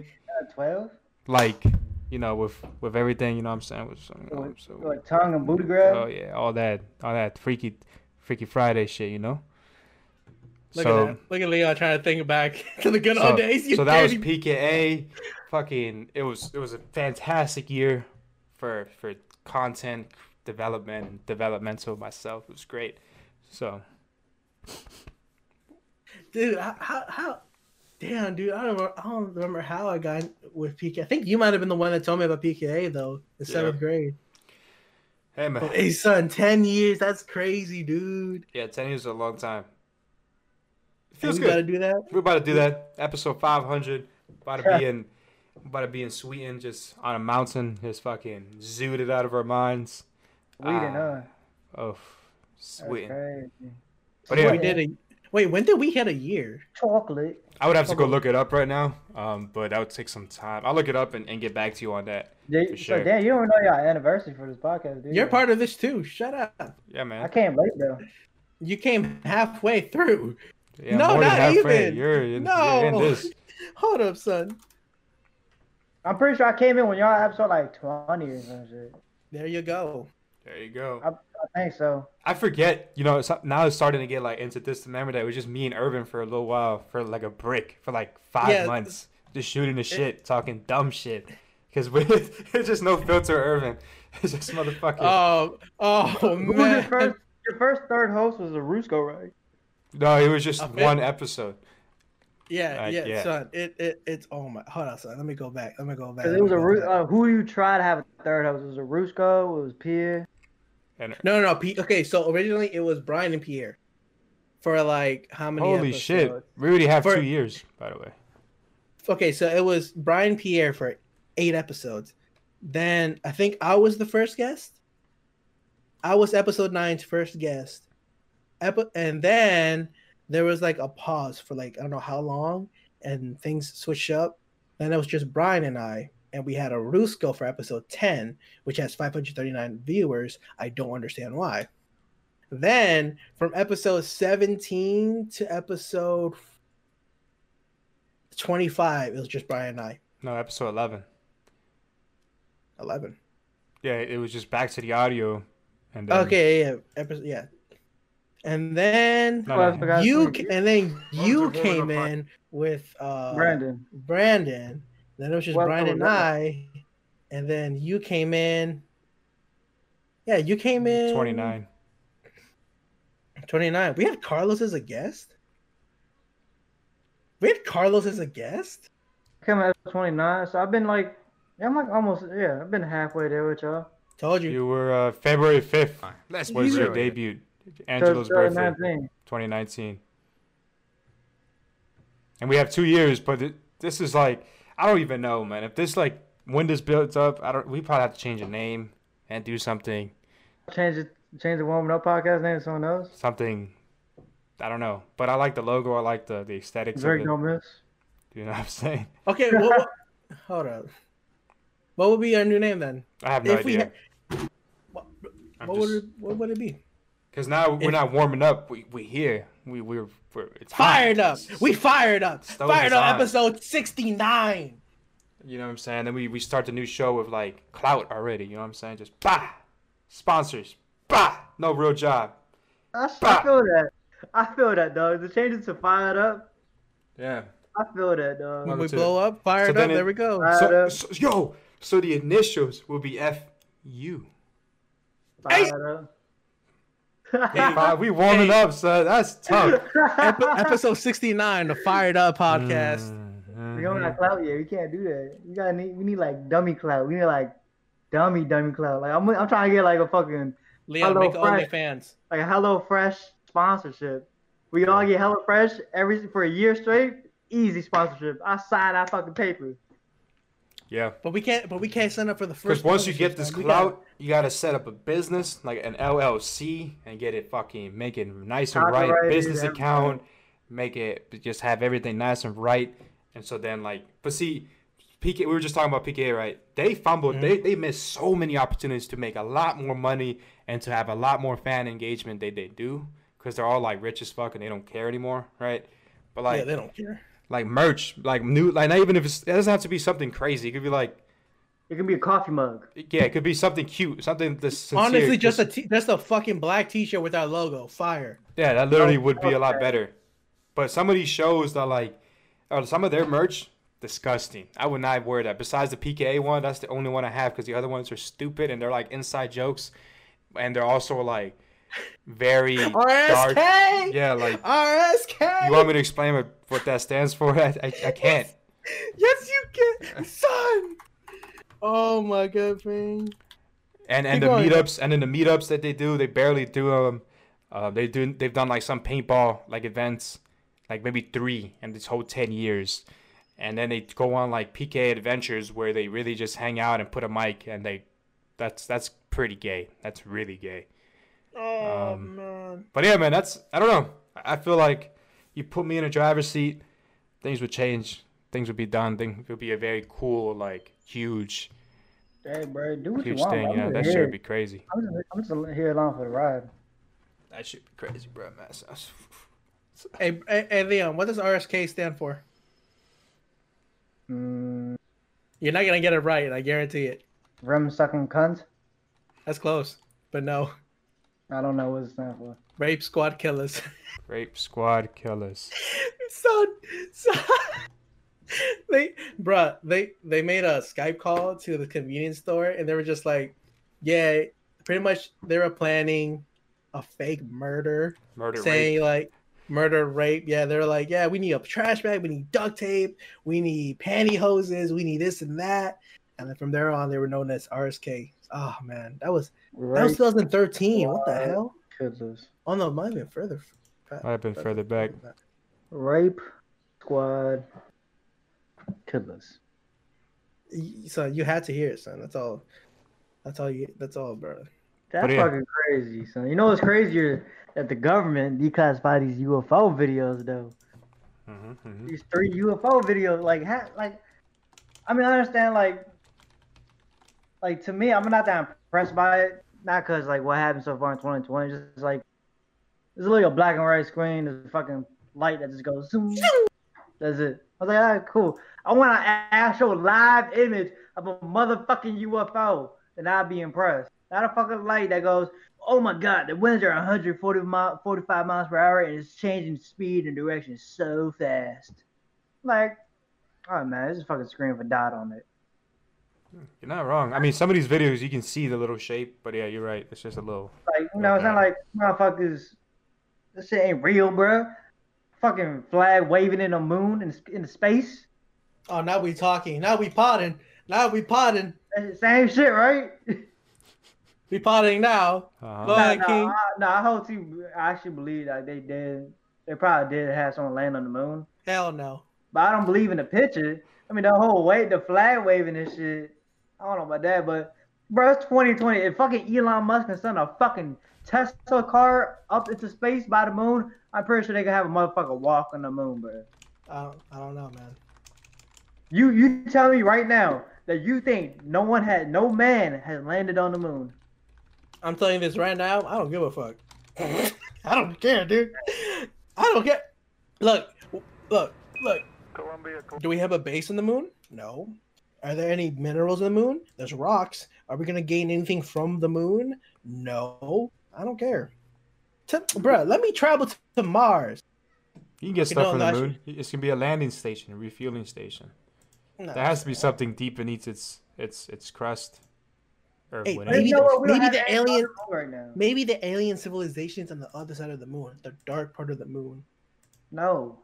S2: Uh, Twelve.
S3: Like, you know, with with everything, you know what I'm saying? With, some-
S2: So,
S3: Oh, so-
S2: like tongue and booty grab.
S3: oh, yeah, all that. All that freaky, freaky Friday shit, you know?
S1: Look
S3: so,
S1: at that. Look at Leon trying to think back to the good old days. You
S3: so that was
S1: dirty-
S3: PKA. Fucking, it was it was a fantastic year for for content development and developmental myself. It was great. So
S1: dude. How, how how? Damn, dude. I don't. Remember, I don't remember how I got with PK. I think you might have been the one that told me about PKA though in
S3: Yeah.
S1: seventh grade.
S3: hey man,
S1: But, hey, son, ten years. That's crazy, dude.
S3: yeah, ten years is a long time. It
S1: Hey,
S3: feels
S1: we
S3: good.
S1: gotta do that.
S3: We're about to do that. Episode five hundred. About to be in. About to be in Sweden, just on a mountain, just fucking zooted it out of our minds.
S2: We didn't
S3: Ah,
S2: know.
S3: Oh,
S2: That's
S3: Sweden.
S2: crazy.
S3: But
S1: Wait,
S3: yeah,
S1: we did a, wait, when did we hit a year?
S2: Chocolate.
S3: I would have to go look it up right now, um, but that would take some time. I'll look it up and, and get back to you on that.
S2: Dude,
S3: For
S2: So
S3: sure.
S2: damn, you don't know your anniversary for this podcast, dude.
S1: You're part of this too. Shut up.
S3: Yeah,
S2: I
S3: man.
S2: can't late though.
S1: You came halfway through.
S3: Yeah,
S1: No,
S3: more than
S1: not
S3: halfway.
S1: even.
S3: You're in,
S1: No.
S3: you're in this.
S1: Hold up, son.
S2: I'm pretty sure I came in when y'all episode like 20 or some shit.
S1: There you go.
S3: There you go.
S2: I, I think so.
S3: I forget. You know, it's, now it's starting to get like into distant memory that it was just me and Irvin for a little while, for like a brick, for like five
S1: Yeah.
S3: months, just shooting the shit, talking dumb shit. Because it's just no filter, Irvin. It's just motherfucking.
S1: Oh, oh
S2: Who was your
S1: man.
S2: first? Your first third host was a Rusco, right?
S3: no, it was just
S1: I bet.
S3: one episode.
S1: Yeah,
S3: Like,
S1: yeah,
S3: yeah.
S1: son. It, it, it's. Oh my. Hold on, son. Let me go back. Let me go back.
S2: Because
S1: let
S2: it was
S1: me
S2: a
S1: go
S2: Ru-
S1: back.
S2: uh, who you try to have a third host? It was a Rusco. It was Pierre.
S3: And
S1: No, no, no. P- okay, so originally it was Brian and Pierre for like how many?
S3: holy
S1: episodes?
S3: shit. We already have
S1: For-
S3: two years, by the way.
S1: Okay, so it was Brian and Pierre for eight episodes. Then I think I was the first guest. I was episode nine's first guest. Epi- and then there was like a pause for like I don't know how long, and things switched up. Then it was just Brian and I, and we had a Rusco for episode ten, which has 539 viewers. I don't understand why. Then from episode 17 to episode 25, it was just Brian and I.
S3: No, episode 11.
S1: 11.
S3: Yeah, it was just back to the audio. And then,
S1: Okay, yeah, yeah, episode, yeah. And then
S3: No, no,
S2: Well, I forgot
S1: you
S2: who-
S1: ca- and then
S3: was
S1: you
S3: it- what was
S1: came
S3: it about?
S1: in with uh
S2: Brandon.
S1: Brandon. Then it was just
S2: Well,
S1: Brian
S2: no,
S1: and
S2: no.
S1: I. And then you came in. Yeah, you came in
S3: 29.
S1: 29. We had Carlos as a guest. We had Carlos as a guest.
S2: Came out at 29, so I've been like, yeah, I'm like almost, yeah, I've been halfway there with y'all.
S1: Told you.
S3: You were uh, February 5th
S4: Let's
S3: was
S4: be
S3: your
S4: real. here.
S3: debut. Angelo's
S2: So, so
S3: birthday,
S2: 19.
S3: 2019. And we have two years, but th- this is like, I don't even know, man. If this, like, when this builds up, I don't. we probably have to change a name and do something,
S2: Change it, change the warming up podcast name to someone else.
S3: something, I don't know. But I like the logo. I like the, the aesthetics
S2: Drake
S3: of it.
S2: don't miss.
S3: You know what I'm saying?
S1: Okay, what, what, hold up. What would be our new name then?
S3: I have no
S1: If we
S3: idea.
S1: What-
S3: I'm
S1: What
S3: just-
S1: would it, what would it be?
S3: Cause now we're
S1: If-
S3: not warming up. We we here. We we're, we're it's hot.
S1: Fired up. We fired up.
S3: Stove
S1: fired
S3: is
S1: up.
S3: on.
S1: Episode sixty nine.
S3: You know what I'm saying? Then we, we start the new show with like clout already. You know what I'm saying? Just bah, sponsors, bah, no real job.
S2: I, s-
S3: Bah.
S2: I feel that. I feel that, dog. The change it to fired up.
S3: Yeah.
S2: I feel that, dog.
S1: When
S3: Number
S1: we
S3: two.
S1: blow up, fired
S3: then
S1: up.
S3: it-
S1: there we go.
S2: Uh, Fired
S3: So,
S2: up.
S3: so yo, so the initials will be F U.
S1: Hey!
S2: Fired
S1: Hey,
S2: up.
S3: We warming up, son. That's tough.
S1: Ep- episode sixty nine, the fired up podcast.
S2: We
S3: Mhm.
S2: don't got clout yet. We can't do that. We gotta need. We need like dummy clout. We need like dummy dummy clout. Like I'm, I'm trying to get like a fucking
S1: Leo,
S2: Hello,
S1: make
S2: Frank.
S1: OnlyFans.
S2: like a Hello Fresh sponsorship. We all get Hello Fresh every for a year straight. Easy sponsorship. I sign that fucking paper.
S3: Yeah.
S1: But we can't. But we can't sign up for the
S3: Because
S1: first.
S3: once you
S1: membership,
S3: get this
S1: man. We gotta-
S3: clout, you gotta set up a business like an LLC and get it fucking make it nice and right
S2: Copyrighted
S1: uh,
S3: business
S2: and
S3: account, make it just have everything nice and right. And so then like, but see, PK, we were just talking about PK, right? They
S1: Mm-hmm.
S3: fumbled. They they missed so many opportunities to make a lot more money and to have a lot more fan engagement than they do because they're all like rich as fuck and they don't care anymore, right? But like
S1: yeah, they don't care.
S3: like merch, like new, like not even if it's, it doesn't have to be something crazy. It could be like
S2: It could be a coffee mug.
S3: yeah, it could be something cute, something that's sincere,
S1: Honestly, just a t- just a fucking black T-shirt with our logo, fire.
S3: Yeah, that literally would be a lot better. But some of these shows that like, or some of their merch, disgusting. I would not wear that. Besides the PKA one, that's the only one I have because the other ones are stupid and they're like inside jokes, and they're also like very dark.
S1: RSK.
S3: Yeah, like
S1: RSK.
S3: you want me to explain what, what that stands for? I, I, I can't.
S1: Yes, you can, son. Oh my god, man.
S3: And and the
S1: Keep going.
S3: meetups and then the meetups that they do, they barely do them. Uh, they do they've done like some paintball like events, like maybe three in this whole ten years, and then they go on like PK adventures where they really just hang out and put a mic and they, that's that's pretty gay. That's really gay. Um,
S1: Oh man.
S3: But yeah, man, that's I don't know. I I feel like you put me in a driver's seat, things would change, things would be done. Things it would be a very cool like huge
S2: Hey, bro, do what
S3: huge
S2: you want.
S3: thing.
S2: I'm
S3: You know that
S2: just
S3: shit
S2: here.
S3: would be crazy.
S2: I'm just, I'm just here along for the ride.
S3: That should be crazy, bro. Man, that's-
S1: Hey, hey, hey, Leon, what does RSK stand for?
S2: Mm,
S1: You're not gonna get it right. I guarantee it.
S2: rum sucking cunt.
S1: That's close, but no.
S2: I don't know what it's stand for.
S1: Rape squad killers.
S3: Rape squad killers.
S1: so, so they, bruh, they they made a Skype call to the convenience store, and they were just like, "Yeah, pretty much they were planning a fake murder,
S3: Murder
S1: saying
S3: rape.
S1: like murder, rape. Yeah, they were like, yeah, we need a trash bag, we need duct tape, we need pantyhoses, we need this and that." And then from there on, they were known as RSK. Oh man, that was that was
S2: Right?
S1: 2013. What the
S2: Right.
S1: hell?
S2: Killers.
S1: Oh no, it might have been further.
S3: Might have been further back.
S2: Rape squad killers.
S1: Y- son, you had to hear it, son. That's all. That's all you. That's all, bro.
S2: That's
S3: But yeah.
S2: fucking crazy, son. You know what's crazier? That the government declassified these UFO videos, though.
S3: Mm-hmm,
S2: These three UFO videos, like, ha- like, I mean, I understand, like, like to me, I'm not that impressed by it. Not cause like what happened so far in 2020, just like there's literally a black and white screen, there's a fucking light that just goes zoom. That's it. I was like, all right, cool. I want an a- actual live image of a motherfucking UFO, and I'd be impressed. Not a fucking light that goes, oh my god, the winds are 140 mile, 45 miles per hour, and it's changing speed and direction so fast. Like, oh man, this is fucking screen with a dot on it.
S3: You're not wrong. I mean, some of these videos you can see the little shape, but yeah, you're right. It's just a little.
S2: Like, you know what I'm saying? Like, motherfuckers, this shit ain't real, bruh. Fucking flag waving in the moon in, sp- in the space.
S1: Oh, now we talking. Now we potting. Now we potting.
S2: That's the same shit, right?
S1: We potting now.
S3: Uh-huh.
S1: Go ahead,
S2: no,
S1: King.
S2: I, no, I hope you. I actually believe that they did. They probably did have someone land on the moon,
S1: Hell no.
S2: but I don't believe in the picture. I mean, the whole way the flag waving and shit. I don't know about that, but bro, it's 2020. If fucking Elon Musk can send a fucking Tesla car up into space by the moon, I'm pretty sure they can have a motherfucker walk on the moon, bro.
S1: I don't. I don't know, man.
S2: You you tell me right now that you think no one had no man has landed on the moon.
S1: I'm telling you this right now. I don't give a fuck. I don't care, dude. I don't care. Look, look, look.
S4: Columbia,
S1: Do we have a base in the moon? No. Are there any minerals in the moon? There's rocks. Are we gonna gain anything from the moon? No. I don't care. T- bruh, let me travel to- to Mars.
S3: You can get
S1: You
S3: stuff
S1: know,
S3: from the
S1: that's-
S3: moon. It's gonna be a landing station, a refueling station.
S1: No.
S3: There has to be something deep beneath its its its crust. Or
S1: Hey,
S3: whatever.
S1: maybe,
S2: You know what? We don't
S1: maybe
S2: have
S1: the
S2: any on
S1: alien,
S2: moon right now.
S1: maybe the alien civilization's on the other side of the moon, the dark part of the moon.
S2: No.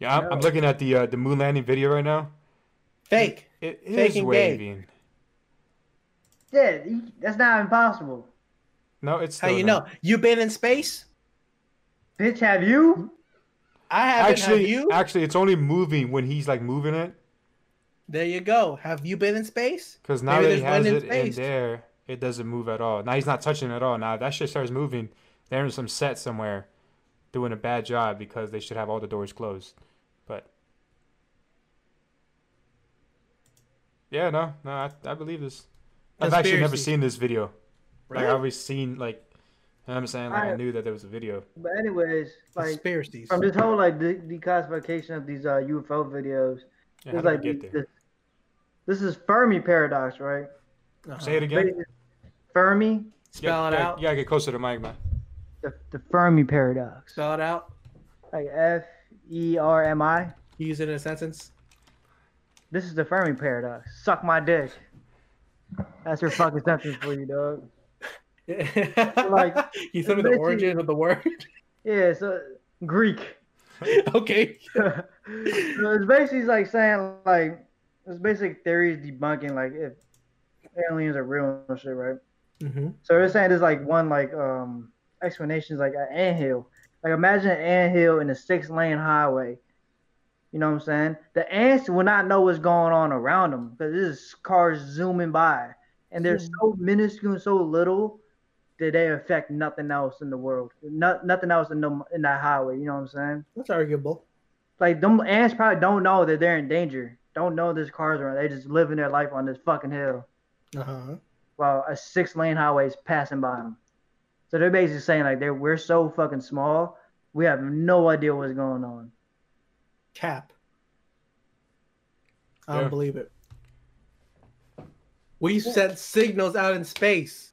S3: yeah, I'm, I'm looking at the uh, the moon landing video right now.
S1: Fake.
S3: It is
S1: Fake and gay.
S3: waving.
S2: Yeah, he- that's not impossible.
S3: No, it's
S1: How
S3: still
S1: you
S3: not.
S1: know? You been in space?
S2: Bitch, have you?
S1: I haven't.
S3: Actually,
S1: have you?
S3: actually, it's only moving when he's like moving it.
S1: there you go. Have you been in space?
S3: Because now
S1: Maybe
S3: that he
S1: there's
S3: has
S1: one in
S3: it in
S1: space.
S3: there, it doesn't move at all. Now he's not touching it at all. Now if that shit starts moving. They're in some set somewhere. doing a bad job because they should have all the doors closed. But yeah, no, no, I, I believe this. I've actually never
S1: Conspiracy.
S3: seen this video. Like
S1: Right.
S3: I've always seen like you know what I'm saying like I
S2: Alright.
S3: knew that there was a video.
S2: But anyways, like
S1: Conspiracies.
S2: from this whole like de- declassification of these uh, UFO videos,
S3: Yeah, how
S2: it's
S3: did we
S2: like
S3: get there?
S2: this, this is Fermi paradox, right?
S1: Uh-huh.
S3: Say it again.
S2: Wait, Fermi,
S1: Spell it
S3: yeah,
S1: out.
S3: Yeah, get closer to Mike, man.
S2: the, the Fermi paradox,
S1: Spell it out.
S2: like F E R M I.
S1: Use it in a sentence.
S2: This is the Fermi paradox. Suck my dick. That's your fucking sentence for you, dog.
S1: like you tell me the
S2: basically-
S1: origin of the word.
S2: Yeah, so Greek.
S1: okay.
S2: so it's basically like saying like it's basic theories debunking like if aliens are real and shit, right?
S1: Mm-hmm.
S2: So they're saying there's like one like um explanation is like an anthill. Like imagine an anthill in a six lane highway. You know what I'm saying? The ants will not know what's going on around them because there's cars zooming by, and they're so minuscule, and so little that they affect nothing else in the world. Not, nothing else in the in that highway. You know what I'm saying?
S1: That's arguable.
S2: like them ants probably don't know that they're in danger. Don't know there's cars around. They just living their life on this fucking hill
S1: Uh huh.
S2: while a six lane highway is passing by them. So they're basically saying like they're we're so fucking small, we have no idea what's going on.
S1: Cap. I don't
S3: Yeah.
S1: believe it. We sent signals out in space.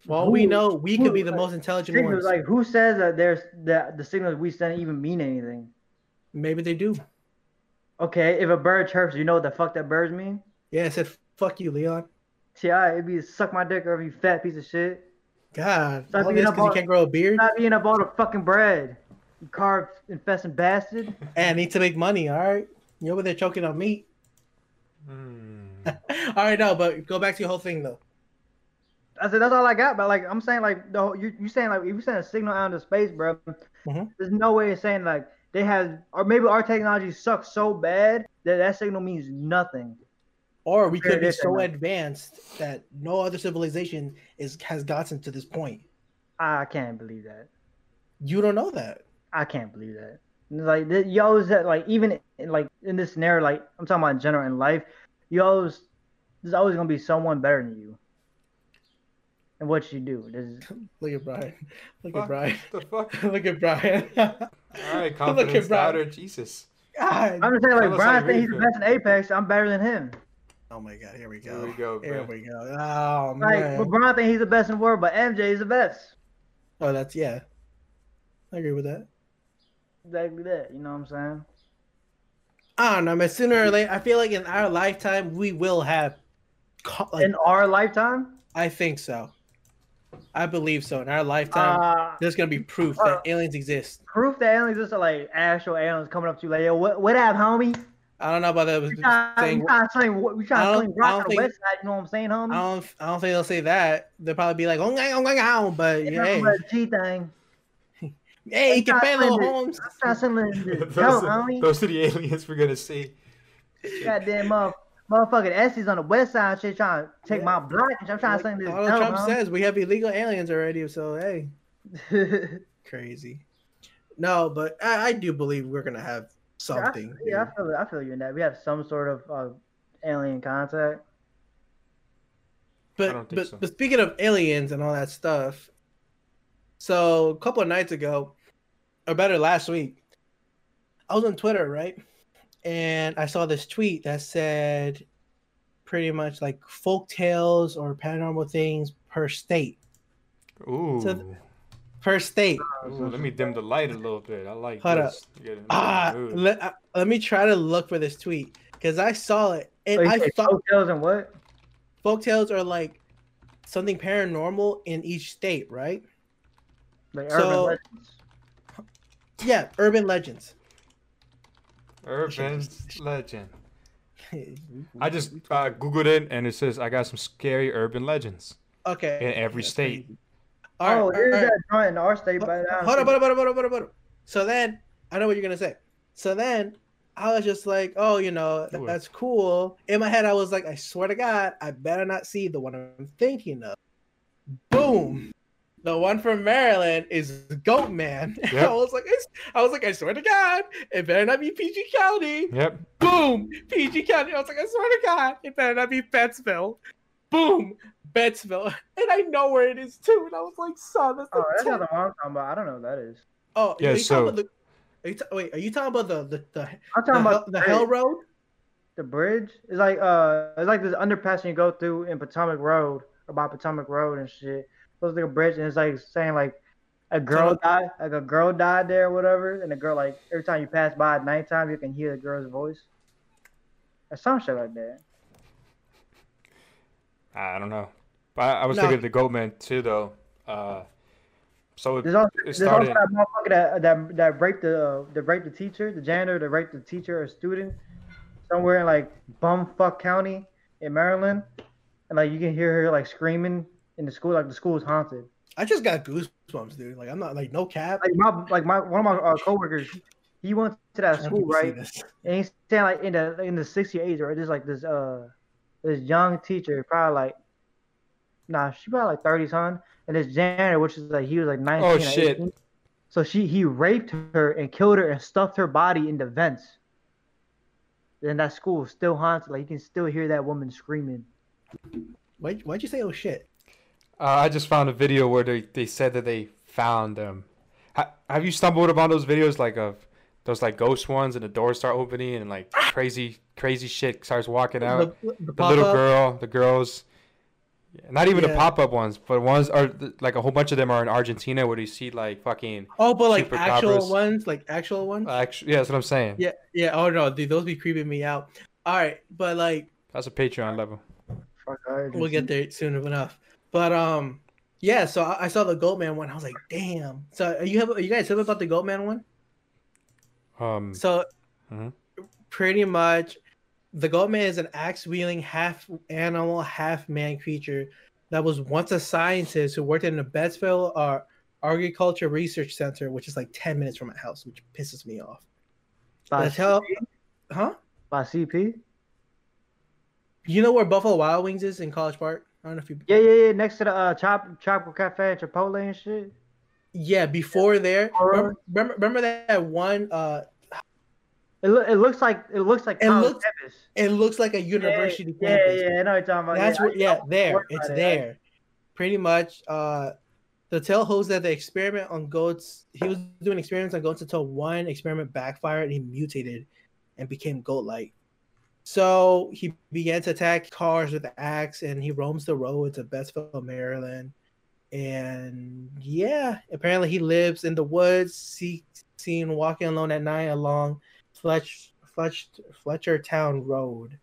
S1: For all we
S2: Who-
S1: know, we could be
S2: who-
S1: the most intelligent ones.
S2: Signals, like who says that there's that the signals we send even mean anything?
S1: Maybe they do.
S2: Okay, if a bird chirps, you know what the fuck that birds mean?
S1: Yeah, I said, fuck you, Leon.
S2: Ti, it'd be suck my dick or you fat piece of shit.
S1: God,
S2: Stop
S1: all
S2: being
S1: this
S2: a
S1: because you
S2: boss.
S1: can't grow a beard
S2: Not eating up all the fucking bread. You carved infesting bastard.
S1: and need to make money, all right? You're over there choking on meat.
S3: Hmm.
S1: all right, no, but go back to your whole thing, though.
S2: I said that's all I got, but like I'm saying, like the whole, you you saying like if you send a signal out into space, bro,
S1: Mhm.
S2: there's no way of saying like they have or maybe our technology sucks so bad that that signal means nothing.
S1: Or we could
S2: Compared
S1: be
S2: it
S1: so
S2: and-
S1: advanced that no other civilization is has gotten to this point.
S2: I can't believe that.
S1: You don't know that.
S2: I can't believe that. And it's Like th- you always that like even in, like in this scenario, like I'm talking about in general in life, you always there's always gonna be someone better than you. And what you do, there's
S1: Look at Brian. Look
S3: Fuck.
S1: at Brian.
S3: the fuck?
S1: Look at Brian.
S3: All right,
S1: Look at
S3: confidence doubter,
S1: Brian.
S3: Jesus.
S1: God.
S2: I'm just saying like
S3: Tell us
S2: Brian
S3: how you
S2: thinks he's the
S3: feel.
S2: best in Apex, I'm better than him.
S1: Oh my God. Here we go.
S3: Here we go,
S1: Here
S3: Brian.
S1: we go. Oh
S2: Like
S1: man.
S2: LeBron think he's the best in the world, but MJ is the best.
S1: Oh, that's yeah. I agree with that.
S2: Exactly that. You know what I'm saying?
S1: I don't know, man. Sooner or later, I feel like in our lifetime we will have. co- Like,
S2: In our lifetime,
S1: I think so. I believe so. In our lifetime,
S2: uh,
S1: there's gonna be proof
S2: uh,
S1: that aliens exist.
S2: proof that aliens just are like actual aliens coming up to you like, yo, what, what up, homie?
S1: I don't know about that
S2: We trying,
S1: thing.
S2: we trying to sling, we
S1: I
S2: trying to
S1: don't-
S2: sling
S1: I
S2: rock
S1: don't
S2: on the
S1: think-
S2: west side. You know what I'm saying, homie?
S1: I don't. I don't think they'll say that. They'll probably be like, "Oh, my, oh, my, oh," but
S2: You
S1: yeah,
S2: know,
S1: hey,
S2: but G thing.
S1: hey,
S2: I'm
S1: get
S2: trying to
S1: fellow
S2: find it.
S1: Holmes.
S2: I'm trying to sling this
S3: those,
S2: dope,
S3: are,
S2: homie.
S3: those are the aliens we're gonna see.
S2: Goddamn mother, motherfucking Essie's on the west side. Shit, trying to take my block. and I'm trying
S1: Like
S2: to sling this
S1: Donald
S2: dope,
S1: Trump
S2: homie.
S1: says we have illegal aliens already, so hey, crazy. No, but I, I do believe we're gonna have something.
S2: yeah, I feel, I feel you in that. We have some sort of uh, alien contact.
S1: But
S3: I don't think
S1: but,
S3: so.
S1: but speaking of aliens and all that stuff, so a couple of nights ago, or better last week, I was on Twitter, right? And I saw this tweet that said pretty much like folk tales or paranormal things per state.
S3: Ooh.
S1: So- Per state.
S3: Ooh, let me dim the light a little bit. I like
S1: Hold up.
S3: this. You're getting-
S1: Ah,
S3: Ooh.
S1: let, uh, let me try to look for this tweet because I saw it and
S2: So Oh, you
S1: I
S2: say
S1: thought
S2: folktales and what?
S1: folk tales are like something paranormal in each state, right?
S2: Like urban
S1: So-
S2: legends.
S1: Yeah, urban legends.
S3: urban legend. I just uh, googled it and it says I got some scary urban legends
S1: okay.
S3: in every
S1: That's
S3: state.
S1: crazy. All right,
S2: Oh,
S1: all
S2: there's
S1: right,
S2: that joint in our state,
S1: all
S2: but
S1: right.
S2: I don't
S1: Hold
S2: see
S1: up, hold up, hold up, hold up, hold up, hold up. So then, I know what you're gonna say. So then, I was just like, oh, you know,
S3: Sure.
S1: that's cool. In my head, I was like, I swear to God, I better not see the one I'm thinking of. Boom. The one from Maryland is Goat Man. And
S3: Yep.
S1: I was like, it's, I was like, I swear to God, it better not be PG County.
S3: Yep.
S1: Boom, PG County. I was like, I swear to God, it better not be Bettsville. Boom, Bettsville. And I know where it is too. And I was like, son, that's the
S2: Oh, that's
S1: top
S2: not the one I'm talking about. I don't know what that is.
S1: Oh,
S3: Yeah,
S1: Are you
S3: so-
S1: talking about the, are you ta- wait, are you talking about the the the,
S2: I'm
S1: the,
S2: talking about
S1: hell, the hell road?
S2: The bridge is like uh, it's like this underpass you go through in Potomac Road, or by Potomac Road and shit. It's like a bridge, and it's like saying like a girl
S1: Potomac-
S2: died, like a girl died there or whatever, and the girl like every time you pass by at nighttime, you can hear the girl's voice, or some shit like that.
S3: I don't know. But I, I was
S1: No.
S3: thinking of the Goldman too, though. Uh, so it,
S2: There's also,
S3: it
S2: there's also
S3: started.
S2: that motherfucker that uh, that that raped the uh, that raped the teacher, the janitor that raped the teacher or student somewhere in like bumfuck county in Maryland, and like you can hear her like screaming in the school, like the school is haunted.
S1: I just got goosebumps, dude. Like I'm not like no cap.
S2: Like my like my one of my uh, coworkers, he went to that school right, and he's saying like in the in the sixty eights right, there's like this uh this young teacher probably like nah she probably like thirty son, and this janitor which is like he was like nineteen.
S3: Oh
S2: or
S3: shit!
S2: 18. So she he raped her and killed her and stuffed her body in the vents. Then that school is still haunted. Like you can still hear that woman screaming.
S1: Why why'd you say oh shit?
S3: Uh, I just found a video where they, they said that they found them. Ha- have you stumbled upon those videos like of those like ghost ones and the doors start opening and like crazy crazy shit starts walking out?
S1: Ah! the, the
S3: the little
S1: pop-up?
S3: girl, the girls. Not even the
S1: Yeah.
S3: pop up ones, but ones are like a whole bunch of them are in Argentina where you see like fucking
S1: Oh, but like
S3: Super Uh,
S1: actual
S3: Cobras.
S1: ones, like actual ones.
S3: actually yeah, that's what I'm saying.
S1: yeah, yeah. Oh no, dude, those be creeping me out. All right, but like
S3: That's a Patreon level.
S2: Fuck, I heard
S1: we'll
S2: you.
S1: get there soon enough. But um, yeah. So I, I saw the Goatman one. I was like, damn. So are you have are you guys have about the Goatman one?
S3: Um
S1: So
S3: Mhm.
S1: pretty much the goat man is an axe wielding half animal, half man creature that was once a scientist who worked in the Bettsville uh, Agriculture Research Center, which is like 10 minutes from my house, which pisses me off.
S2: by,
S1: The hell, huh?
S2: by CP.
S1: You know where Buffalo Wild Wings is in College Park? I don't know if you.
S2: Yeah, yeah, yeah. Next to the uh, Chop Tropical Cafe and Chipotle and shit.
S1: Yeah, before there.
S2: Or-
S1: Remember, remember, remember that one? Uh,
S2: It, loo- it looks like it looks like
S1: It
S2: college
S1: looks-
S2: campus.
S1: it looks like a university
S2: yeah,
S1: campus.
S2: Yeah, yeah, I know what you're talking about.
S1: That's
S2: yeah,
S1: where, yeah, there.
S2: worry
S1: It's
S2: about it, right?
S1: there. Pretty much. Uh, the tale holds that the experiment on goats, he was doing experiments on goats until one experiment backfired and he mutated and became goat like. So he began to attack cars with the axe and he roams the roads of Bettsville, Maryland. And yeah, apparently he lives in the woods, see, seen walking alone at night along Fletch, Fletch, Fletcher Town Road.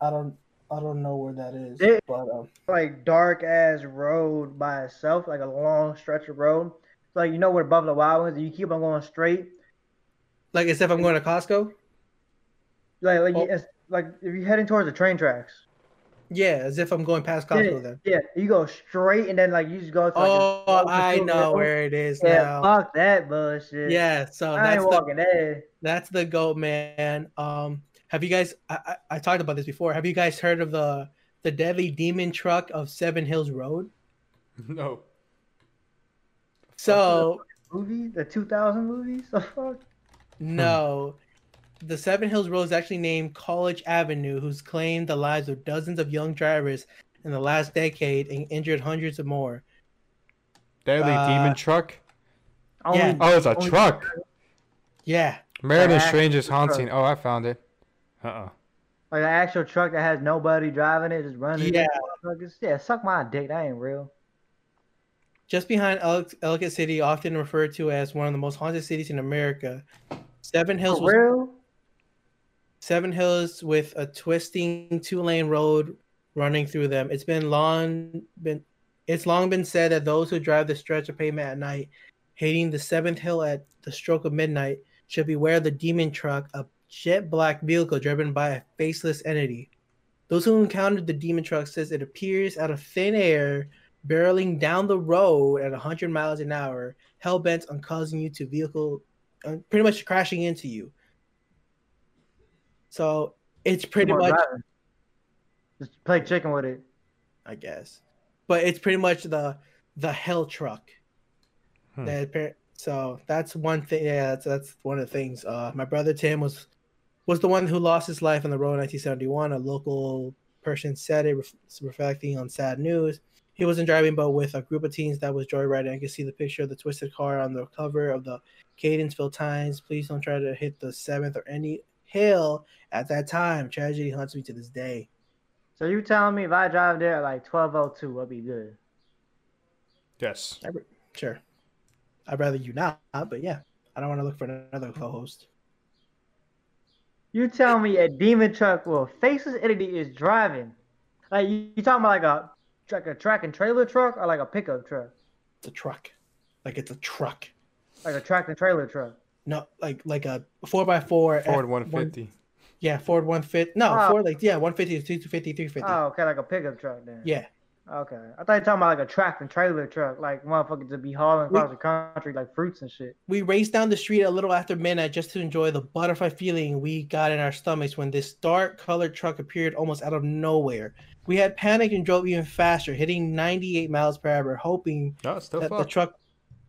S1: I don't, I don't know where that is,
S2: There-
S1: but um,
S2: like dark ass road by itself, like a long stretch of road. It's like you know where Buffalo Wild Wings, you keep on going straight.
S1: like except I'm going to Costco.
S2: Like like
S1: Oh.
S2: it's, like if you're heading towards the train tracks.
S1: Yeah, as if I'm going past
S2: Yeah,
S1: Costco then.
S2: yeah, you go straight and then like you just go. To, like,
S1: Oh,
S2: a-
S1: I know where it is
S2: Yeah,
S1: now.
S2: fuck that bullshit.
S1: Yeah, so
S2: I
S1: that's
S2: ain't
S1: the
S2: walking there.
S1: that's the goat man. Um, have you guys? I, I I talked about this before. Have you guys heard of the the deadly demon truck of Seven Hills Road?
S3: No.
S1: So
S2: Movie, the 2000 movie. So fuck.
S1: no, the Seven Hills Road is actually named College Avenue, who's claimed the lives of dozens of young drivers in the last decade and injured hundreds of more.
S3: Deadly
S1: Uh,
S3: demon truck?
S2: Only
S1: Yeah.
S3: Oh, it's a
S2: only-
S3: truck.
S1: Yeah,
S3: Maryland
S2: actual
S3: Strangers
S2: truck.
S3: Haunting. Oh, I found it. Uh uh
S2: Like an actual truck that has nobody driving it, just running.
S1: yeah.
S2: Motherfuckers. Yeah, suck my dick. That ain't real.
S1: Just behind El- Ellicott City, often referred to as one of the most haunted cities in America, Seven Hills
S2: For
S1: was
S2: real?
S1: Seven Hills with a twisting two-lane road running through them. It's been long been it's long been said that those who drive the stretch of pavement at night, hating the seventh hill at the stroke of midnight, should beware the demon truck, a jet black vehicle driven by a faceless entity. Those who encountered the demon truck says it appears out of thin air, barreling down the road at 100 miles an hour, hell bent on causing you to vehicle, uh, pretty much crashing into you. So it's pretty
S2: Come on,
S1: much
S2: drive it. Just play chicken with it.
S1: I guess. But it's pretty much the the hell truck. That appar- so that's one thing. Yeah, that's, that's one of the things. Uh, my brother Tim was was the one who lost his life on the road in 1971. A local person said it, ref- reflecting on sad news. He wasn't driving, but with a group of teens that was joyriding. I can see the picture of the twisted car on the cover of the Cadenceville Times. Please don't try to hit the seventh or any hill at that time. Tragedy haunts me to this day.
S2: So you telling me if I drive there at like twelve oh two, I'll be good.
S3: Yes.
S1: Sure. I'd rather you not, but yeah, I don't want to look for another co-host.
S2: You tell me a demon truck with a faceless entity is driving. Like you, you talking about like a like a track and trailer truck or like a pickup truck?
S1: It's a truck, like it's a truck.
S2: Like a track and trailer truck.
S1: No, like like a four by four. F-
S3: Ford
S1: one-
S3: 150.
S1: yeah, Ford one fifty. No,
S2: Oh.
S1: Ford like yeah, one fifty, two fifty, three fifty.
S2: Oh, okay, like a pickup truck then.
S1: Yeah,
S2: Okay. I thought you were talking about like a track and trailer truck, like motherfuckers to be hauling
S1: We-
S2: across the country like fruits and shit.
S1: we raced down the street a little after midnight just to enjoy the butterfly feeling we got in our stomachs when this dark colored truck appeared almost out of nowhere. We had panicked and drove even faster, hitting ninety eight miles per hour, hoping
S3: No, it's still
S1: that the
S3: fucked.
S1: truck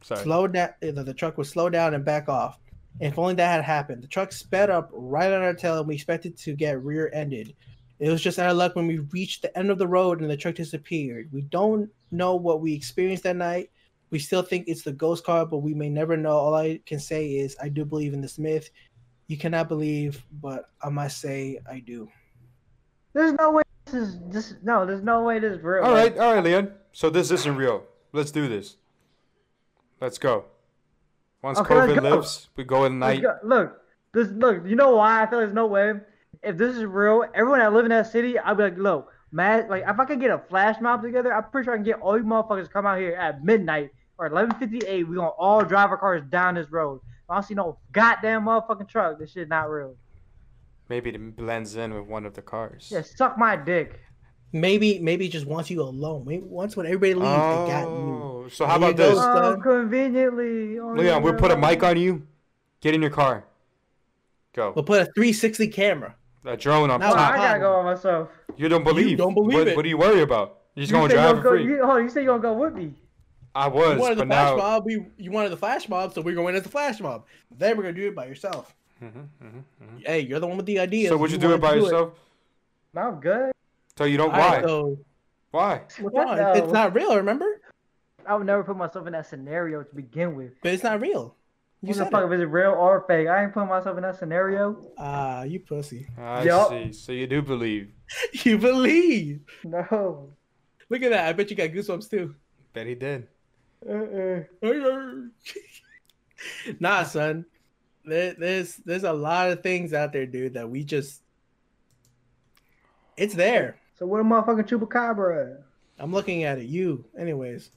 S3: Sorry.
S1: slow down that the truck would slow down and back off. If only that had happened. The truck sped up right on our tail and we expected to get rear ended. It was just our luck when we reached the end of the road and the truck disappeared. We don't know what we experienced that night. We still think it's the ghost car, but we may never know. All I can say is I do believe in this myth. You cannot believe, but I must say I do.
S2: There's no way this is this no, there's no way this is real.
S3: All
S2: Like,
S3: right, all right, Leon. So this isn't real. Let's do this. Let's go. Once
S2: Okay, let's
S3: COVID
S2: go.
S3: lifts, we go at
S2: Let's
S3: night.
S2: go- Look, this look. You know why I feel there's no way. If this is real, everyone that live in that city, I'd be like, look, man, like if I could get a flash mob together, I'm pretty sure I can get all you motherfuckers to come out here at midnight or 11:58. We gonna all drive our cars down this road. I don't see no goddamn motherfucking truck. This shit not real.
S3: Maybe it blends in with one of the cars.
S2: Yeah, suck my dick.
S1: Maybe, maybe just wants you alone. Maybe once when everybody leaves, they got you.
S3: Oh, so how
S1: There you
S3: about
S1: go.
S3: this?
S2: Oh,
S1: done.
S2: conveniently. on
S3: Leon, we'll
S2: the
S3: put a
S2: road.
S3: mic on you. Get in your car. Go.
S1: We'll put a 360 camera.
S3: A drone on
S1: Now
S2: Oh,
S3: top.
S2: I gotta go by myself.
S3: You don't believe.
S1: don't believe
S3: what,
S1: it.
S3: What do you worry about? You're just
S2: You
S3: gonna
S2: say
S3: drive
S2: go,
S3: for free.
S2: You, hold on, you say you gonna go with me?
S3: I
S1: You
S3: was,
S1: wanted the
S3: but
S1: flash
S3: now.
S1: mob. We you wanted the flash mob, so we're going as the flash mob. Then we're gonna do it by yourself. Hey, you're the one with the idea.
S3: Mm-hmm, So would you do it by yourself?
S2: No, I'm good.
S3: So you don't.
S1: Why?
S3: Why? Why?
S1: come on, it's not real. Remember,
S2: I would never put myself in that scenario to begin with.
S1: but it's not real. You
S2: You the
S1: said
S2: fuck
S1: it.
S2: if it's real or fake? I ain't putting myself in that scenario.
S1: Ah, you pussy.
S3: I
S2: Yup.
S3: see. So you do believe.
S1: You believe?
S2: No.
S1: Look at that. I bet you got goosebumps too.
S3: Bet he did.
S2: Uh-uh.
S1: nah, son. There, there's there's a lot of things out there, dude, that we just. It's there.
S2: So what a motherfucking chupacabra.
S1: I'm looking at it. You, anyways.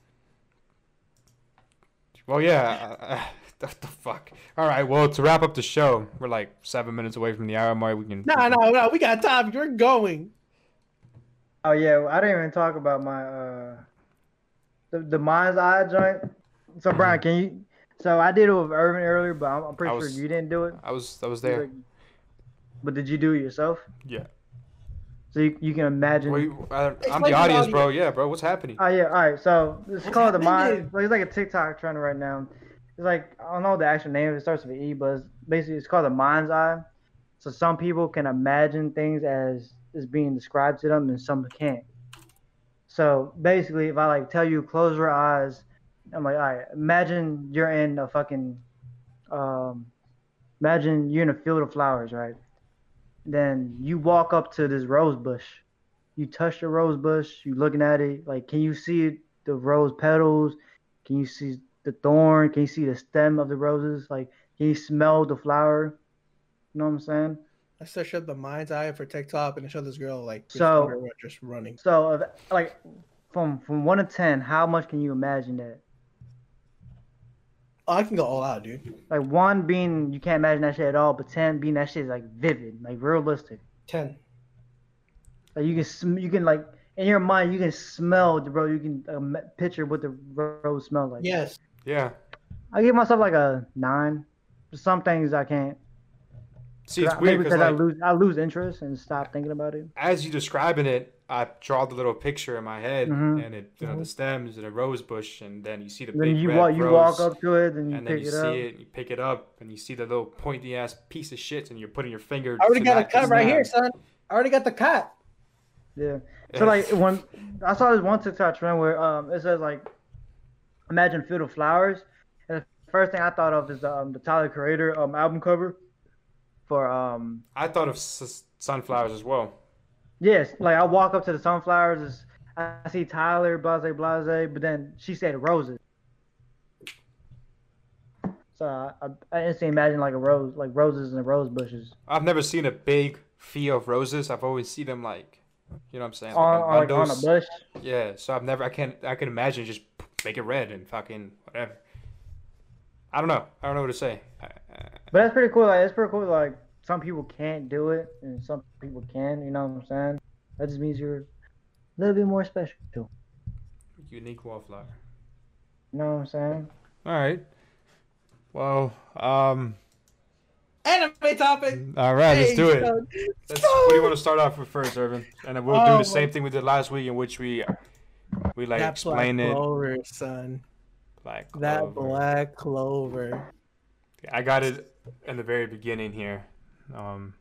S3: Well, yeah. uh, Uh, what the fuck? All right. Well, to wrap up the show, we're like seven minutes away from the hour mark. We can.
S1: No, no, no. We got time. You're going.
S2: Oh yeah, well, I didn't even talk about my uh the, the mind's eye joint. So Brian, can you? So I did it with Irvin earlier, but I'm, I'm pretty
S3: I
S2: sure
S3: was-
S2: you didn't do it.
S3: I was. I was there.
S2: But did you do it yourself?
S3: Yeah.
S2: So you, you can imagine.
S3: Wait, I, uh, I'm
S1: Explain
S3: the
S1: to the
S3: audience,
S1: audience.
S3: bro. Yeah, bro. What's happening?
S2: Oh yeah, all right. So it's
S1: What's
S2: called the
S1: happening?
S2: mind. Like, it's like a TikTok trend right now. It's like I don't know the actual name. It starts with an E, but it's basically it's called the mind's eye. So some people can imagine things as is being described to them, and some can't. So basically, if I like tell you close your eyes, I'm like, all right, imagine you're in a fucking, um, imagine you're in a field of flowers, right? Then you walk up to this rose bush you touch the rose bush, you looking at it, like can you see the rose petals? Can you see the thorn? Can you see the stem of the roses? Like can you smell the flower? You know what I'm saying?
S1: I searched up the mind's eye for TikTok and it showed this girl like just,
S2: So-
S1: over it, just running.
S2: So if, like from from one to ten, how much can you imagine that?
S1: Oh, I can go all out, dude.
S2: Like one being you can't imagine that shit at all, but ten being that shit is like vivid, like realistic.
S1: Ten.
S2: Like you can sm- you can like in your mind you can smell the bro. You can um, picture what the rose smell like.
S1: Yes.
S3: Yeah.
S2: I give myself like a nine. Some things I can't.
S3: See, it's
S2: Maybe
S3: weird
S2: because
S3: because
S2: I
S3: like,
S2: lose I lose interest and stop thinking about it.
S3: as you describing it, I draw the little picture in my head,
S2: Mhm.
S3: and it you know, the stems and a rose bush, and then you see the
S2: Then
S3: big
S2: you
S3: red
S2: walk, you
S3: rose,
S2: walk up to it, and you
S3: and then
S2: pick
S3: you
S2: it
S3: see
S2: up.
S3: it, and you pick it up, and you see the little pointy ass piece of shit, and you're putting your finger.
S1: I already
S3: to
S1: got a
S3: that
S1: cut right here,
S3: stem.
S1: son. I already got the cut.
S2: Yeah. So like when I saw this one TikTok trend where um it says like imagine field of flowers, and the first thing I thought of is the um, the Tyler Creator um album cover for um
S3: I thought of s- sunflowers as well.
S2: yes like I walk up to the sunflowers is I see Tyler blase blase but then she said roses. So I, I- I instantly imagine like a rose like roses and the rose bushes
S3: I've never seen a big field of roses. I've always seen them like, you know what I'm saying?
S2: on
S3: in
S2: on, like, on a
S3: bundles.
S2: bush.
S3: Yeah, so I've never, I can't, I can imagine just make it red and fucking whatever. I don't know. I don't know what to say. I, I-
S2: But that's pretty cool. Like, it's pretty cool. Like, some people can't do it, and some people can. You know what I'm saying? That just means you're a little bit more special. You
S3: unique wallflower.
S2: know what I'm saying?
S3: All right. Well, um,
S1: Anime topic.
S3: all right, let's do it.
S1: Son.
S3: Let's, what do you want to start off with first, Irvin? And then we'll
S1: Oh,
S3: do
S1: my-
S3: the same thing we did last week, in which we we like
S1: That black
S3: explain it.
S1: clover, son.
S3: Like
S1: That
S3: over.
S1: black clover.
S3: I got it in the very beginning here. Um,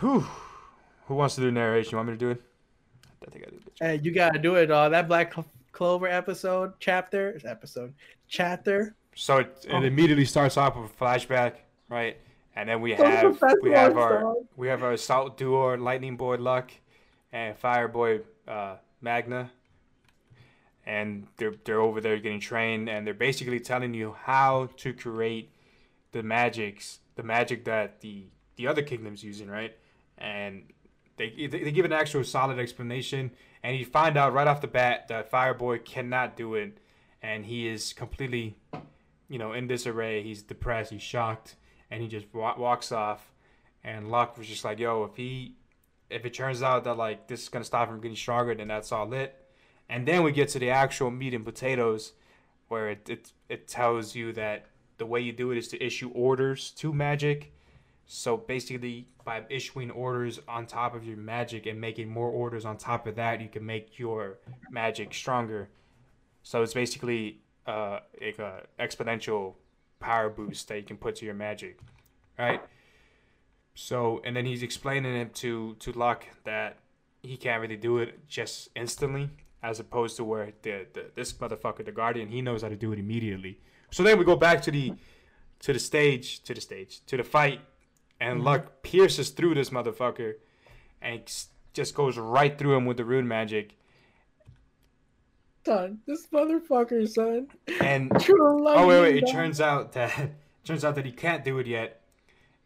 S3: whew. Who wants to do narration? You want me to do it? I think I did. it.
S1: Hey, you gotta do it, dog. That black Clo- clover episode chapter it's episode chapter.
S3: So it,
S1: Oh.
S3: it immediately starts off with a flashback, right? And then we
S1: Those are
S3: have
S1: best
S3: we have
S1: ones,
S3: our
S1: dog.
S3: we have our Assault Duo, Lightning Boy Luck, and Fire Boy uh, Magna, and they're they're over there getting trained, and they're basically telling you how to create the magics, the magic that the the other kingdom's using, right? And they they they give an actual solid explanation, and you find out right off the bat that Fire Boy cannot do it, and he is completely you know, in disarray. He's depressed. He's shocked, and he just wa- walks off. And Locke was just like, "Yo, if he, if it turns out that like this is gonna stop him getting stronger, then that's all it." And then we get to the actual meat and potatoes, where it it, it tells you that the way you do it is to issue orders to magic. So basically, by issuing orders on top of your magic and making more orders on top of that, you can make your magic stronger. So it's basically uh, like a exponential power boost that you can put to your magic, right? So and then he's explaining it to to Luck that he can't really do it just instantly, as opposed to where the, the this motherfucker, the Guardian, he knows how to do it immediately. So then we go back to the to the stage, to the stage, to the fight, and Luck pierces through this motherfucker, and s- just goes right through him with the rune magic,
S1: Son, this motherfucker, son.
S3: and
S1: True love.
S3: Oh wait, wait.
S1: you,
S3: It
S1: dog.
S3: turns out that turns out that he can't do it yet,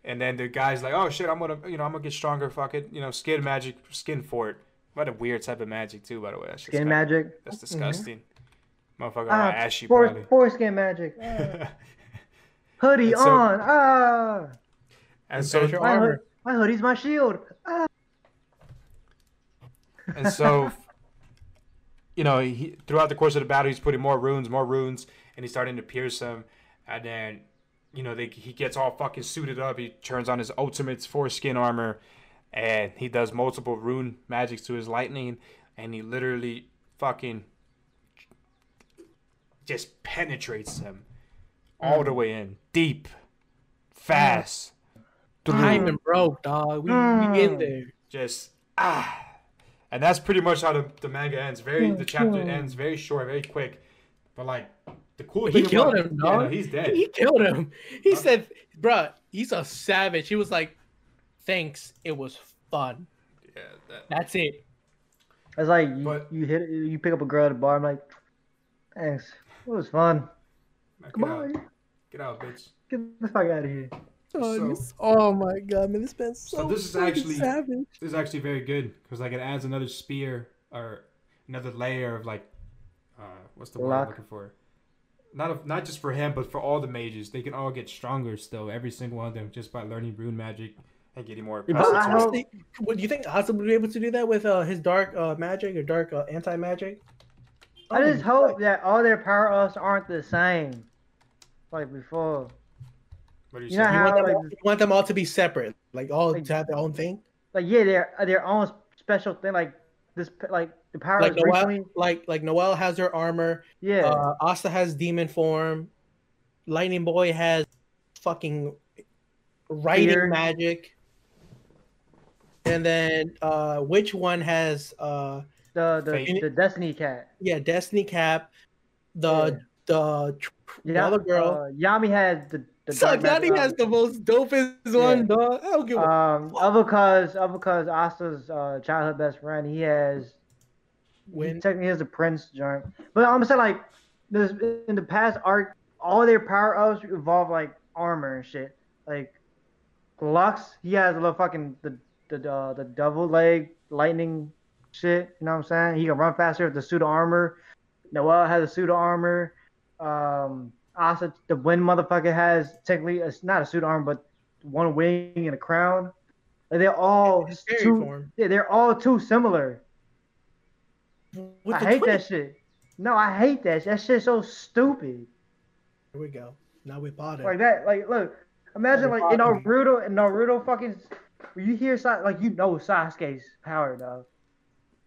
S3: and then the guy's like, "Oh shit, I'm gonna, you know, I'm gonna get stronger. Fuck it, you know, skin magic, skin fort. What a weird type of magic too, by the way. That's
S2: Skin magic.
S3: That's disgusting. Motherfucker,
S2: Ah,
S3: I ash you
S2: fore-
S3: probably.
S2: foreskin magic. Ah, hoodie
S3: And so-
S2: on. Ah,
S3: and so
S1: There's your
S2: my,
S1: armor.
S2: hood, my hoodie's my shield. Ah.
S3: And so, you know, he, throughout the course of the battle, he's putting more runes, more runes, and he's starting to pierce them. And then, you know, they, he gets all fucking suited up. He turns on his ultimate's foreskin armor, and he does multiple rune magics to his lightning, and he literally fucking just penetrates him all the way in, deep, fast,
S1: I
S3: through
S1: even broke, dog. We, we in
S2: Mm.
S1: there.
S3: just ah and that's pretty much how the, the manga ends
S2: Oh,
S3: very the chapter ends very short very quick but like the cool
S1: He
S3: thing
S1: killed
S3: about,
S1: him,
S3: Yeah, no,
S1: dog.
S3: he's dead
S1: He killed him. He
S3: Huh?
S1: said, "Bruh, he's a savage." He was like, "Thanks, it was fun.
S3: yeah, that-
S1: That's it."
S2: It's like you,
S3: But-
S2: you hit you pick up a girl at the bar. I'm like, thanks. It was fun.
S3: now
S2: Come
S3: get
S2: on,
S3: out get out bitch
S2: get the fuck out of here.
S3: Oh, So- this-
S1: oh my god, man, this man's
S3: So so this is fucking actually- savage. this is actually very good because like it adds another spear or another layer of like uh what's the word I'm
S2: Luck.
S3: looking for not of not just for him but for all the mages they can all get stronger still every single one of them just by learning rune magic and getting more
S2: But
S3: passive
S2: I
S3: to it.
S2: hope-
S1: Would you think Hasan would be able to do that with uh, his dark uh, magic or dark uh, anti magic?
S2: I just
S3: Oh.
S2: hope that all their power ups aren't the same, like before.
S3: what are
S2: You
S3: you saying?
S2: know
S1: You
S2: how
S1: want, them
S2: like,
S1: all, you want them all to have their own thing?
S2: like yeah, their their own special thing like this like the power
S1: Like
S2: is
S1: Noelle,
S2: recently-
S1: like like Noelle has her armor.
S2: yeah
S1: Uh, Asta has demon form. Lightning Boy has fucking writing
S2: Fear.
S1: magic. And then uh which one has uh
S2: the the,
S3: Fate.
S2: the Destiny cat
S1: yeah, Destiny Cap, the the
S2: yeah
S1: Another girl.
S2: uh, Yami has the the
S1: Suck,
S2: dark magic
S1: Daddy has
S2: power.
S1: the most dopest one, dog. I don't give a
S2: um other cause other cause Asta's uh, childhood best friend he has
S1: win.
S2: technically has a prince joint but I'm saying like this in the past arc all their power ups involve like armor and shit like Lux he has a little fucking the the uh, the double leg lightning shit you know what I'm saying he can run faster with the suit of armor Noel has a suit of armor um Asa the wind motherfucker has technically it's not a suit of armor but one wing and a crown Like, they're all
S1: It's fairy
S2: too-
S1: form.
S2: yeah, they're all too similar.
S1: With
S2: I
S1: the
S2: hate
S1: twin.
S2: that shit. No, I hate that. shit. That shit's so stupid.
S1: Here we go. Now we bought it.
S2: Like that. Like look, imagine
S1: Like,
S2: like in
S1: fucking-
S2: Naruto and Naruto fucking. When you hear Sa- like you know Sasuke's power though.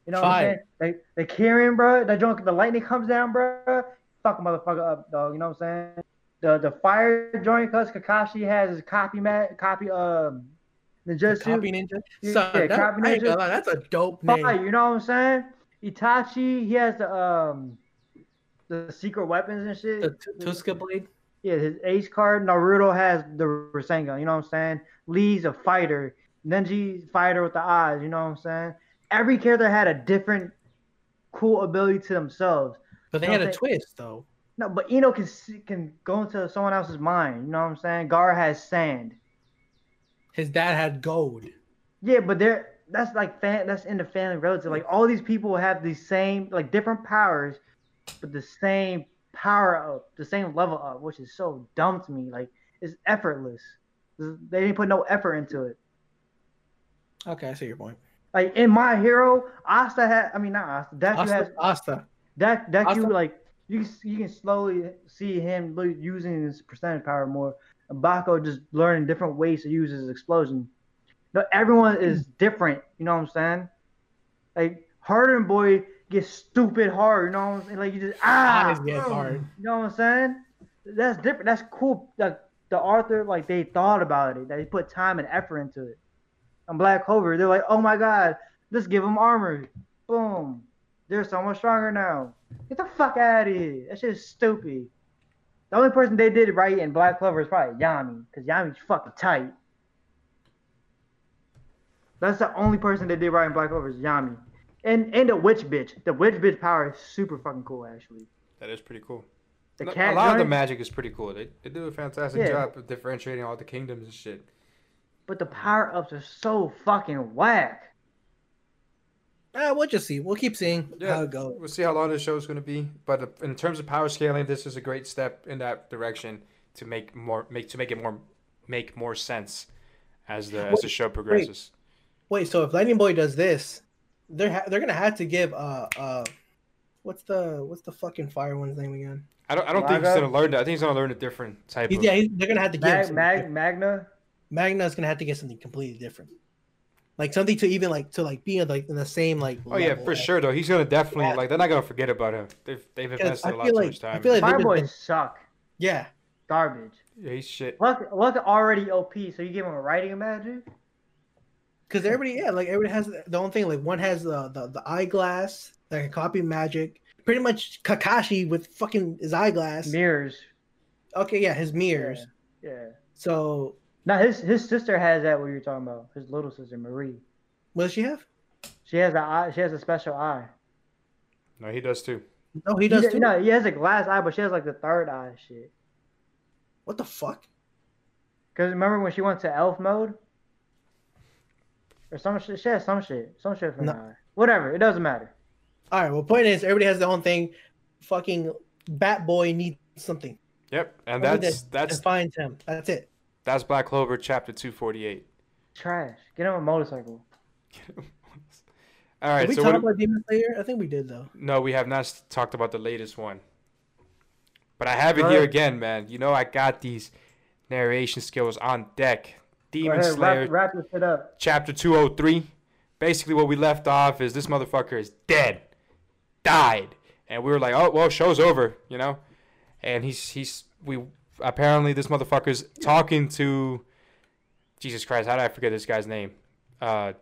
S2: You know what I'm saying?
S1: Fire.
S2: Like the Kirin, bro. That joint, the lightning comes down, bro. Fuck a motherfucker up, dog. You know what I'm saying? The the fire joint, cause Kakashi has his copy mat, copy um, ninjutsu.
S1: Copy Ninja.
S2: Yeah,
S1: Son,
S2: yeah,
S1: that-
S2: Copy
S1: I ain't
S2: Ninja.
S1: gonna lie, that's a dope name.
S2: Fire, you know what I'm saying? Itachi, he has the um the secret weapons and shit.
S1: The T- Tuska Blade.
S2: yeah, his ace card. Naruto has the Rasengan, you know what I'm saying? Lee's a fighter. Nenji's fighter with the eyes, you know what I'm saying? Every character had a different cool ability to themselves.
S1: But they
S2: No,
S1: had a
S2: they-
S1: twist though.
S2: No, but Ino can see- can go into someone else's mind, you know what I'm saying? Gar has sand.
S1: His dad had gold.
S2: Yeah, but they're that's like fan that's in the family relative. Like all these people have the same like different powers, but the same power up, the same level up, which is so dumb to me. Like it's effortless. They didn't put no effort into it.
S1: Okay, I see your point.
S2: Like in my hero, Asta had I mean not Asta, Deku has
S1: Asta, Asta.
S2: that that you
S1: Asta-
S2: like you can s- you can slowly see him lo- using his percentage power more. And Bako just learning different ways to use his explosion. No, everyone is different. You know what I'm saying? Like Harden boy gets stupid hard. You know what I'm saying? Like you just ah.
S1: Eyes get hard.
S2: You know what I'm saying? That's different. That's cool. Like the author, like they thought about it. They put time and effort into it. On Black Clover, they're like, oh my god, let's give him armor. Boom. They're so much stronger now. Get the fuck out of here. That shit is stupid. The only person they did it right in Black Clover is probably Yami, because Yami's fucking tight. That's the only person they did right in Black Clover is Yami. And and the witch bitch. The witch bitch power is super fucking cool actually.
S3: That is pretty cool.
S2: The
S3: No,
S2: cat
S3: a lot of the
S2: joint-
S3: magic is pretty cool. They, they do a fantastic
S2: Yeah.
S3: job of differentiating all the kingdoms and shit.
S2: But the power ups are so fucking whack.
S1: Ah, we'll just see. We'll keep seeing
S3: Yeah,
S1: how it goes.
S3: We'll see how long this show is going to be, but uh, in terms of power scaling, this is a great step in that direction to make more make to make it more make more sense as the as the show progresses.
S1: Wait, so if Lightning Boy does this, they're ha- they're gonna have to give uh uh, what's the what's the fucking fire one's name again?
S3: I don't I don't think he's
S2: Maga?
S3: going to learn that. I think he's going to learn a different type
S1: He's,
S3: of.
S1: yeah, he's, they're gonna have to give him
S2: Mag,
S1: something
S2: mag,
S1: different.
S2: Magna,
S1: Magna's gonna have to get something completely different, like something to even like to like be in like in the same like.
S3: Oh yeah,
S1: level
S3: for
S1: as-
S3: sure though. He's gonna definitely
S1: Yeah.
S3: like they're not gonna forget about him. They've they've invested
S1: I
S3: a lot
S1: feel
S3: too
S1: like-
S3: much time.
S1: I feel like-
S2: Fire
S1: did
S2: Boys
S1: the-
S2: suck.
S1: Yeah,
S2: Garbage.
S3: yeah, he's shit.
S2: Luck, Luck already OP, so you give him a writing magic?
S1: because everybody yeah like everybody has the own thing. Like one has the the, the eyeglass that can copy magic. Pretty much Kakashi with fucking his eyeglass.
S2: Mirrors.
S1: Okay, yeah, his mirrors.
S2: Yeah.
S1: So
S2: Now his his sister has that. What you're talking about? His little sister Marie.
S1: what does she have?
S2: She has a eye. She has a special eye.
S3: No, he does too.
S1: No, he does
S2: He-
S1: too.
S2: No, he has a glass eye, but she has like the third eye shit.
S1: What the fuck?
S2: Cause remember when she went to elf mode? Or some shit. She has some shit. Some shit from
S1: No.
S2: the eye. Whatever. It doesn't matter.
S1: All right. Well, point is, everybody has their own thing. Fucking Bat Boy needs something.
S3: Yep, and
S1: Other
S3: that's
S1: than-
S3: that's
S1: Defines him. That's it.
S3: that's Black Clover chapter two forty eight.
S2: Trash. Get him a motorcycle.
S3: All
S1: Did
S3: right,
S1: we
S3: so
S1: talk
S3: what,
S1: about Demon Slayer? I think we did though.
S3: no, we have not s- talked about the latest one, but I have it
S2: Go
S3: here
S2: ahead.
S3: again, man. You know I got these narration skills on deck.
S2: Go
S3: Demon
S2: ahead,
S3: Slayer
S2: wrap, wrap this shit up.
S3: chapter two hundred three, basically what we left off is this motherfucker is dead, died, and we were like, oh well, show's over, you know, and he's he's we apparently this motherfucker's talking to Jesus Christ, how did I forget this guy's name? Uh,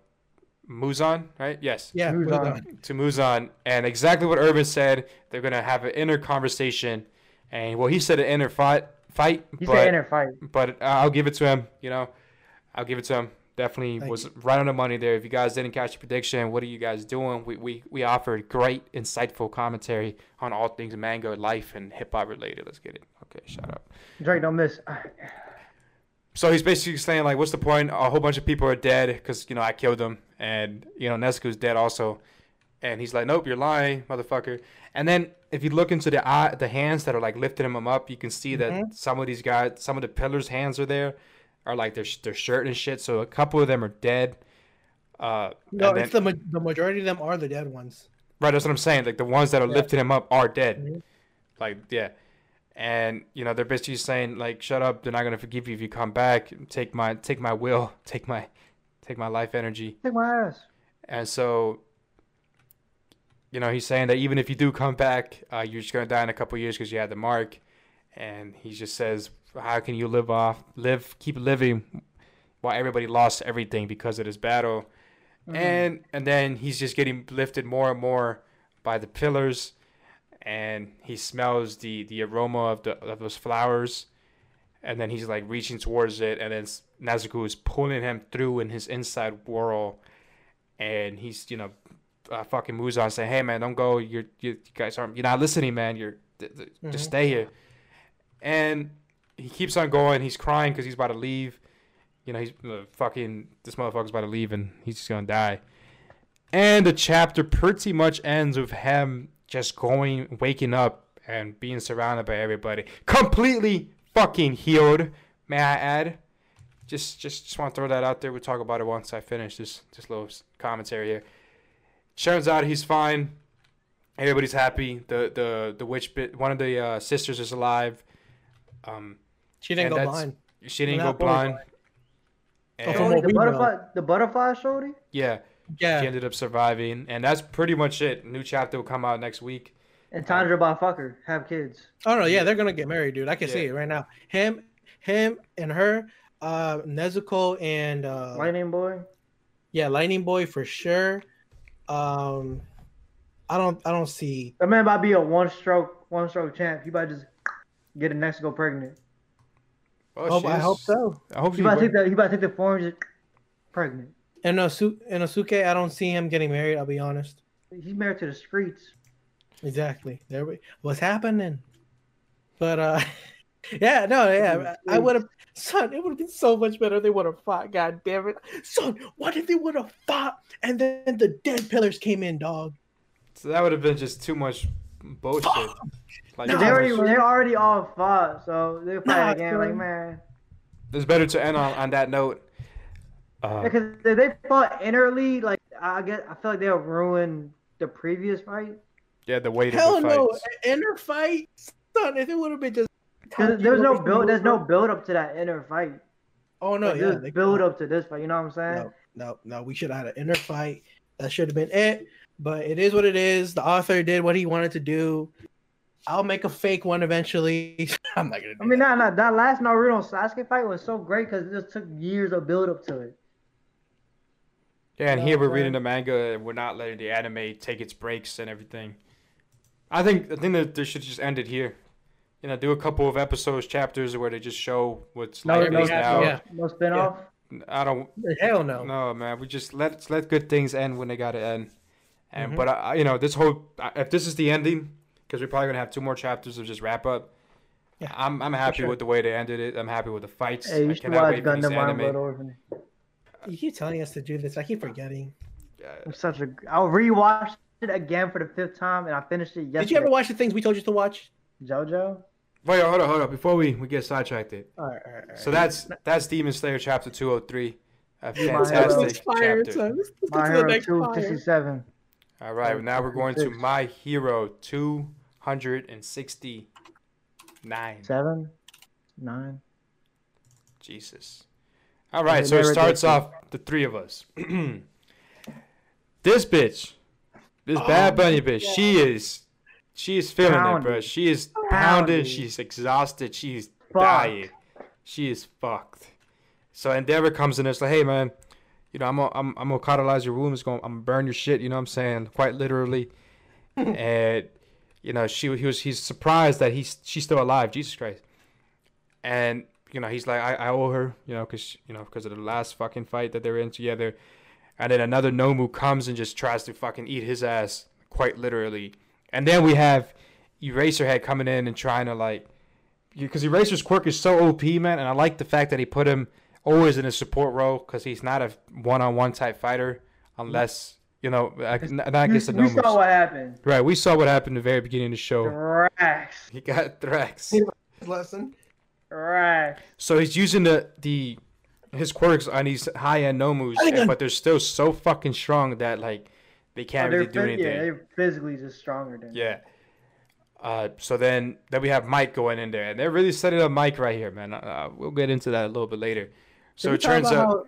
S3: Muzan, right? Yes
S1: Yeah,
S2: Moved
S1: put it
S2: on.
S1: on.
S3: to Muzan, and exactly what Urban said. They're gonna have an inner conversation, and well, he said an inner fight, fight,
S2: He's
S3: but
S2: an inner fight.
S3: but uh, I'll give it to him. You know, I'll give it to him. Definitely
S1: Thank
S3: was right on the money there. If you guys didn't catch the prediction, what are you guys doing? We we we offered great, insightful commentary on all things mango life and hip hop related. Let's get it. Okay, shut up.
S2: Drake don't miss.
S3: So he's basically saying like, what's the point? A whole bunch of people are dead because you know I killed them, and you know Nescu's dead also. And he's like, nope, you're lying, motherfucker. And then if you look into the eye, the hands that are like lifting him up, you can see that
S1: Mm-hmm.
S3: some of these guys, some of the pillars' hands are there, are like their their shirt and shit. So a couple of them are dead. Uh,
S1: No,
S3: and then-
S1: it's the ma- the majority of them are the dead ones.
S3: Right, that's what I'm saying. Like the ones that are lifting him up are dead.
S1: Mhm.
S3: Like yeah, and you know they're basically saying like, "Shut up! They're not gonna forgive you if you come back. Take my take my will, take my take my life energy."
S2: Take my ass.
S3: And so, you know, he's saying that even if you do come back, uh, you're just gonna die in a couple years because you had the mark. And he just says, "How can you live off, live, keep living, while everybody lost everything because of this battle?" And and then he's just getting lifted more and more by the pillars, and he smells the the aroma of the of those flowers, and then he's like reaching towards it, and then S- Nezuko is pulling him through in his inside whirl, and he's you know uh, fucking moves on saying hey man don't go you're you, you guys aren't you're not listening man you're th- th- just stay here and he keeps on going he's crying because he's about to leave you know he's uh, fucking this motherfucker's about to leave and he's just gonna die and the chapter pretty much ends with him just going waking up and being surrounded by everybody completely fucking healed may i add just just just want to throw that out there. We'll talk about it once I finish this this little s- commentary here. Turns out he's fine. Everybody's happy. The the the witch bit. One of the uh, sisters is alive. Um,
S1: She didn't
S3: And
S1: go
S3: that's-
S1: blind.
S3: she didn't
S1: And
S3: go
S1: that boy was
S3: blind.
S1: Oh,
S3: And,
S1: from
S2: Shorty,
S1: what
S2: the
S1: we know.
S2: butterfly, the butterfly shorty.
S3: yeah, she
S1: Yeah,
S3: ended up surviving, and that's pretty much it. New chapter will come out next week.
S2: And Tandra by fucker have kids.
S1: Oh no, yeah, they're gonna get married, dude. I can see
S3: Yeah.
S1: it right now. Him, him, and her, uh, Nezuko and
S3: Oh.
S1: uh,
S2: Lightning boy.
S1: yeah, Lightning Boy for sure. Um, I don't, I don't see.
S2: That man about to be a one stroke, one stroke champ. He about to just get a Mexico pregnant.
S1: hope, oh, I
S3: she's-
S1: hope so.
S3: Oh, I hope
S2: He
S3: she.
S2: about to
S3: went-
S2: take the he about to take the form just pregnant.
S1: And Osu- and Osuke, I don't see him getting married. I'll be honest.
S2: He's married to the streets.
S1: Exactly. There we. What's happening? But uh, yeah, no, yeah, I would have. Son, it would have been so much better if they would have fought. God damn it, son! What if they would have fought and then the dead pillars came in, dog?
S3: So that would have been just too much bullshit. Like,
S1: No.
S2: they already
S1: that's
S2: they already all fought, so they're fighting
S1: Nah,
S2: again.
S1: son.
S2: Like man,
S3: it's better to end on, on that note. Uh,
S2: because if they fought innerly, like I guess I feel like they'll ruin the previous fight.
S3: Yeah, the weight
S1: Hell
S3: of the fight.
S1: no, inner fight, son. If it would have been just
S2: Because there's no build, there's no build up to that inner fight.
S1: Oh no,
S2: Like,
S1: yeah,
S2: there's
S1: they-
S2: build up to this fight. You know what I'm saying?
S1: No, no, no. We should have had an inner fight. That should have been it. But it is what it is. The author did what he wanted to do. I'll make a fake one eventually. I'm not gonna. Do
S2: I mean, nah, nah, that last Naruto and Sasuke fight was so great because it just took years of build up to it.
S3: Yeah, and
S1: No,
S3: here we're
S1: man.
S3: reading the manga and we're not letting the anime take its breaks and everything. I think I think that they should just end it here. You know, do a couple of episodes, chapters where they just show what's
S2: No,
S3: like
S2: no,
S3: it is now.
S1: yeah.
S2: no spinoff.
S3: I don't
S1: that. hell no.
S3: no, man. We just let let good things end when they gotta end.
S2: Mm-hmm.
S3: And
S1: Mhm.
S3: but I, I- you know, this whole I- if this is the ending, because we're probably gonna have two more chapters of just wrap up.
S1: Yeah,
S3: I'm I'm happy
S1: sure.
S3: with the way they ended it. I'm happy with the fights.
S2: Hey,
S3: I
S2: you should
S3: cannot
S2: watch
S3: wait for these
S2: Gundam Iron
S3: anime.
S2: Blood Orphan.
S1: You keep telling us to do this. I keep forgetting.
S3: Uh,
S2: I'm such a. I rewatched it again for the fifth time, and I finished it yesterday.
S1: Did you ever watch the things we told you to watch?
S2: JoJo?
S3: Wait, hold up, hold up. Before we, we get sidetracked, it.
S1: All right, all right, all right.
S3: So that's that's Demon Slayer chapter 203. A
S2: Hero.
S1: Let's
S3: fantastic
S1: go fire,
S3: chapter.
S1: son. Let's go to
S2: My
S1: the
S2: Hero
S1: next fire.
S2: 257.
S3: All right, well, now we're going to My Hero 269.
S2: Seven? Nine?
S3: Jesus. All right, so it starts off the three of us. This bitch, this Bad Bunny bitch, she is, she is feeling it, bro.
S2: Pounding.
S3: She is pounding.
S2: Pounding.
S3: She's exhausted. She's
S2: Fucked.
S3: dying. She is fucked. So Endeavor comes in. It's like, hey man, you know I'm gonna, I'm, I'm gonna cauterize your wounds. Going, I'm gonna burn your shit. You know what I'm saying? Quite literally. and you know she he was he's surprised that he's she's still alive. Jesus Christ. And you know he's like, I, I owe her. You know because you know because of the last fucking fight that they were in together. And then another Nomu comes and just tries to fucking eat his ass, quite literally. And then we have Eraserhead coming in and trying to like, because Eraser's quirk is so OP, man. And I like the fact that he put him always in a support role because he's not a one-on-one type fighter unless you know, like, n- not
S2: You,
S3: against the
S2: you
S3: Nomus.
S2: saw what happened.
S3: Right, we saw what happened at the very beginning of the show.
S2: Rash,
S3: He got Thrax.
S1: Lesson.
S2: rash.
S3: So he's using the the his quirks on these high end nomus,
S1: I think
S3: and-
S1: I-
S3: but they're still so fucking strong that like they
S2: Oh,
S3: can't
S2: they're
S3: really do
S2: phys- yeah,
S3: anything.
S1: eh?
S2: they're physically just stronger than.
S3: Yeah. Uh, so then then we have Mike going in there, and they're really setting up Mike right here, man. Uh, we'll get into that a little bit later.
S1: Did
S3: So
S1: we
S3: it
S1: talk
S3: turns out
S1: about how-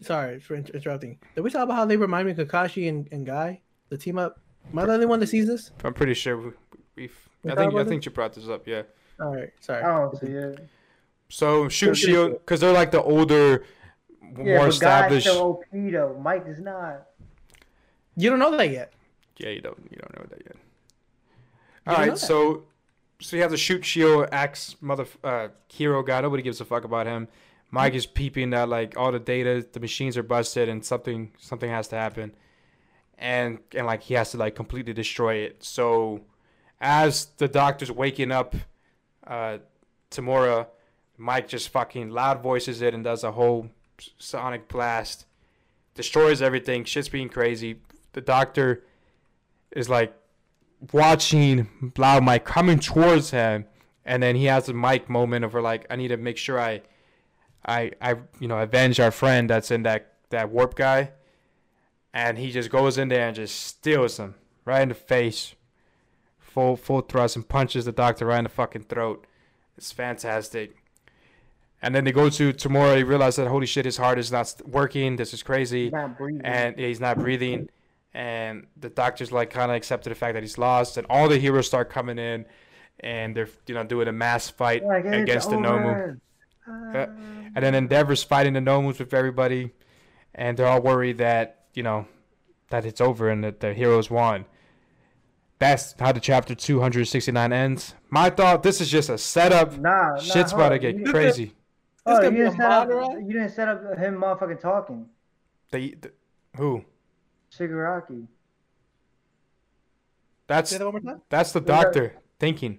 S1: sorry for inter- interrupting. Did we talk about how they remind me of Kakashi and, and Guy, the team up? Am I the only one that sees this?
S3: I'm pretty sure we, we've.
S1: We
S3: I
S1: talked
S3: think I
S1: about
S3: think you brought this up, yeah.
S1: All right,
S2: I
S1: sorry.
S2: don't see it.
S3: So shoot
S1: pretty sure.
S3: shield because they're like the older,
S2: Yeah,
S3: more
S2: but God's
S3: established.
S2: still OP though. Mike is not.
S1: You don't know that yet.
S3: Yeah, you don't you don't know that yet.
S1: You
S3: All
S1: don't know
S3: right,
S1: that.
S3: so so you have the shoot shield axe mother uh hero guy. Nobody gives a fuck about him. Mike is peeping that like all the data, the machines are busted, and something something has to happen, and and like he has to like completely destroy it. So as the doctor's waking up, uh, Tamura, Mike just fucking loud voices it and does a whole sonic blast, destroys everything. Shit's being crazy. The doctor is like watching Loud Mike coming towards him, and then he has a Mike moment of like, I need to make sure I, I, I, you know, avenge our friend that's in that that warp guy, and he just goes in there and just steals him right in the face, full full thrust and punches the doctor right in the fucking throat. It's fantastic. And then they go to Tamura. They realize that holy shit, his heart is not working. This is crazy
S2: He's not breathing.
S3: and he's not breathing. And the doctors like kind of accepted the fact that he's lost, and all the heroes start coming in, and they're you know doing a mass fight
S2: Like, it's
S3: against the Nomu.
S2: over.
S3: Uh, and then Endeavor's fighting the Nomus with everybody, and they're all worried that you know that it's over and that the heroes won. That's how the chapter 269 ends. My thought: this is just a setup.
S2: Nah, nah,
S3: Shit's
S2: hold
S3: about to
S2: on.
S3: get
S2: You-
S3: crazy.
S1: This
S2: Oh,
S1: could
S2: you
S1: be a
S2: didn't, set up,
S1: Madara?
S2: you didn't set up him motherfucking talking.
S3: They, th- who?
S2: Shigaraki.
S3: That's
S1: Say that one more time.
S3: that's the doctor thinking.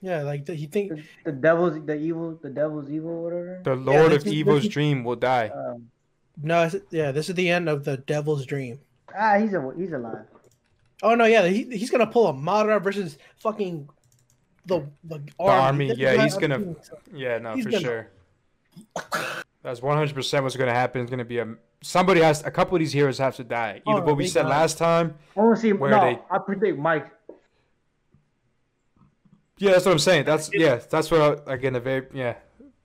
S1: Yeah, like he think
S2: The, the devil's the evil the devil's evil whatever.
S3: The
S1: this
S3: Lord of
S1: is- this
S3: Evil's
S1: is-
S3: dream will die.
S2: Um,
S1: no. it's- Yeah, this is the end of the Devil's Dream.
S2: ah, he's a he's alive.
S1: Oh no, yeah, he, he's gonna pull a Madara versus fucking the the army.
S3: army,
S1: This is
S3: yeah,
S1: what
S3: he's
S1: I'm
S3: gonna-
S1: thinking.
S3: Yeah, no,
S1: He's
S3: for
S1: gonna-
S3: sure. That's one hundred percent what's gonna happen. It's gonna be a somebody has a couple of these heroes have to die.
S1: Oh,
S3: Either what we
S1: they
S3: said
S1: die.
S3: last time.
S2: I want to see
S3: Where
S2: no,
S3: they-
S2: I predict Mike.
S3: Yeah, that's what I'm saying. That's yeah, that's what I, again the very yeah.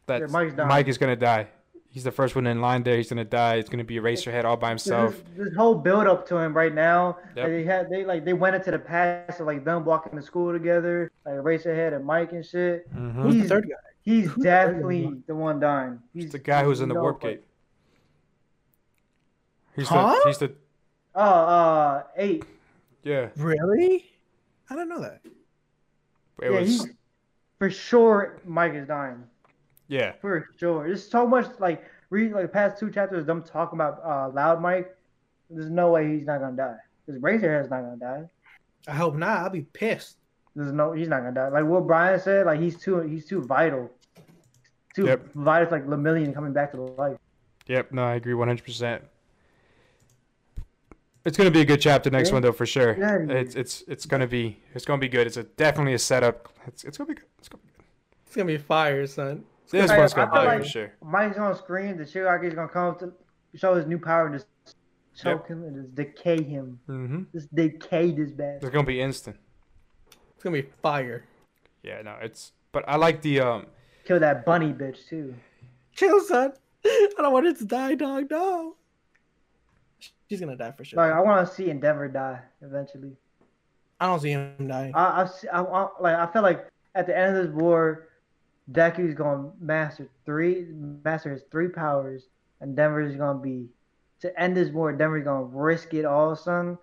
S3: That
S2: Mike's dying.
S3: Mike is gonna die. He's the first one in line there. He's gonna die. It's gonna be Eraserhead all by himself.
S2: This, this whole build up to him right now.
S3: Yep.
S2: like, they had they like they went into the past of like them walking to school together, like Eraserhead and Mike and shit.
S3: Mhm.
S1: Who's the
S2: He's-
S1: third guy?
S2: He's
S1: Who's the other
S2: definitely the one dying. He's
S3: It's the guy who's in the
S2: no,
S3: warp
S2: but-
S3: gate. He's
S1: Huh?
S3: the he's the
S2: Oh, uh, eight.
S3: yeah.
S1: Really? I don't know that.
S3: It
S2: yeah,
S3: was
S2: he, for sure Mike is dying.
S3: yeah.
S2: For sure. There's so much like read like the past two chapters them talking about uh loud Mike. There's no way he's not gonna die. This Razorhead's not gonna die.
S1: I hope not. I'll be pissed.
S2: There's no he's not gonna die. Like what Brian said, like he's too he's too vital. Too
S3: Yep.
S2: vital like Lemillion coming back to life.
S3: Yep, no, I agree 100%. It's going to be a good chapter next
S2: Yeah.
S3: one though for sure.
S2: Yeah.
S3: It's it's it's going to be it's going to be good. It's a, definitely a setup. It's it's going to be good. It's going to be good.
S1: It's gonna be fire, son.
S3: This
S2: I-
S3: one's
S2: I
S3: going to
S2: feel
S3: be
S2: like-
S3: for sure.
S2: Mike's on screen, the Shiraki's gonna come up to show his new power and just choke him and just decay him.
S3: Mm-hmm.
S2: Just decay this bad.
S3: It's going to be instant.
S1: It's gonna be fire.
S3: Yeah, no, it's but I like the um
S2: Kill that bunny bitch too.
S1: Chill, son. I don't want it to die, dog. No. She's gonna die for sure.
S2: Like I want to see Endeavor die eventually.
S1: I don't see him dying.
S2: I, I've se- I want like I feel like at the end of this war, Deku's gonna master three master his three powers, and Denver's gonna be to end this war. Denver's gonna risk it all, son.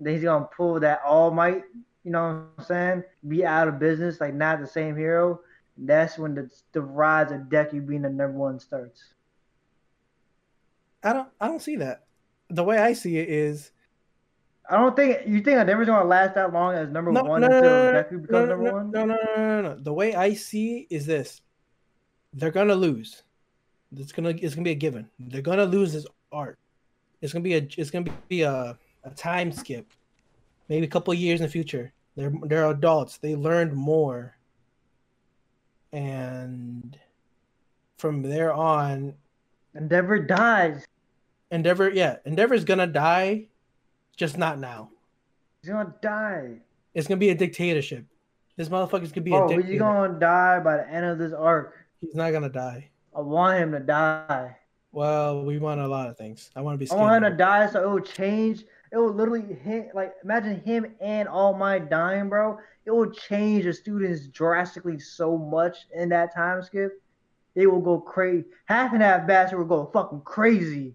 S2: Then he's gonna pull that all might. You know what I'm saying? Be out of business, like not the same hero. That's when the the rise of Deku being the number one starts.
S1: I don't. I don't see that. The way I see it is
S2: I don't think you think Denver's gonna last that long as number
S1: no,
S2: one
S1: no, no,
S2: until
S1: no, no,
S2: Deku becomes
S1: no, no,
S2: number
S1: no,
S2: one.
S1: No, no, no, no, no, no. The way I see is this: they're gonna lose. It's gonna it's gonna be a given. They're gonna lose this art. It's gonna be a it's gonna be a, a time skip, maybe a couple of years in the future. They're they're adults. They learned more, and from there on,
S2: And Denver dies.
S1: Endeavor yeah, Endeavor's gonna die, just not now.
S2: He's gonna die.
S1: It's gonna be a dictatorship. This motherfucker's gonna be a
S2: oh, but
S1: dictator.
S2: he's gonna die by the end of this arc.
S1: He's not gonna die.
S2: I want him to die.
S1: Well, we want a lot of things. I want to be.
S2: I want him
S1: skinny.
S2: to die so it will change. It will literally hit like imagine him and All Might dying, bro. It will change the students drastically so much in that time skip. They will go crazy. Half and half bastard will go fucking crazy.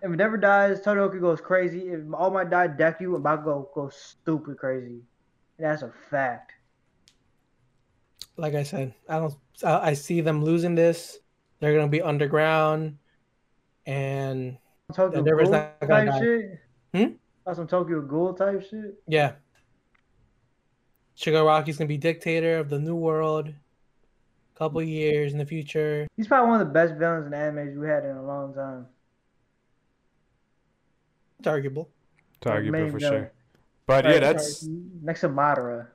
S2: If Endeavor dies, Todoroki goes crazy. If All Might die, Deku and Bakugo go stupid crazy. And that's a fact.
S1: Like I said, I don't. I, I see them losing this. They're gonna be underground, and
S2: Tokyo
S1: Endeavor's
S2: Ghoul
S1: not gonna
S2: type
S1: die.
S2: shit.
S1: Hmm?
S2: That's some Tokyo Ghoul type shit.
S1: yeah, Shigaraki's gonna be dictator of the new world. Couple years in the future,
S2: He's probably one of the best villains in animes we had in a long time.
S1: it's arguable.
S2: Target,
S3: Target
S2: main
S3: for
S2: villain.
S3: sure. But yeah,
S2: Like,
S3: that's
S2: next to Madara.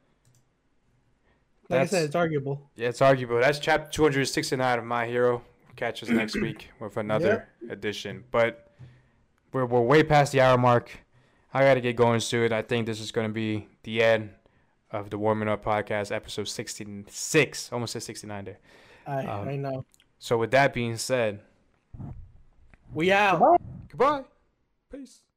S1: Like I
S3: That's-
S1: said, it's arguable.
S3: yeah, it's arguable. That's chapter 269 of My Hero. Catch us next week with another edition. But we're, we're way past the hour mark. I got to get going soon. I think this is going to be the end of the Warming Up Podcast, episode 66. Almost said 69 there.
S1: I
S3: Um,
S1: I know.
S3: So, with that being said,
S1: We out.
S3: goodbye. Peace.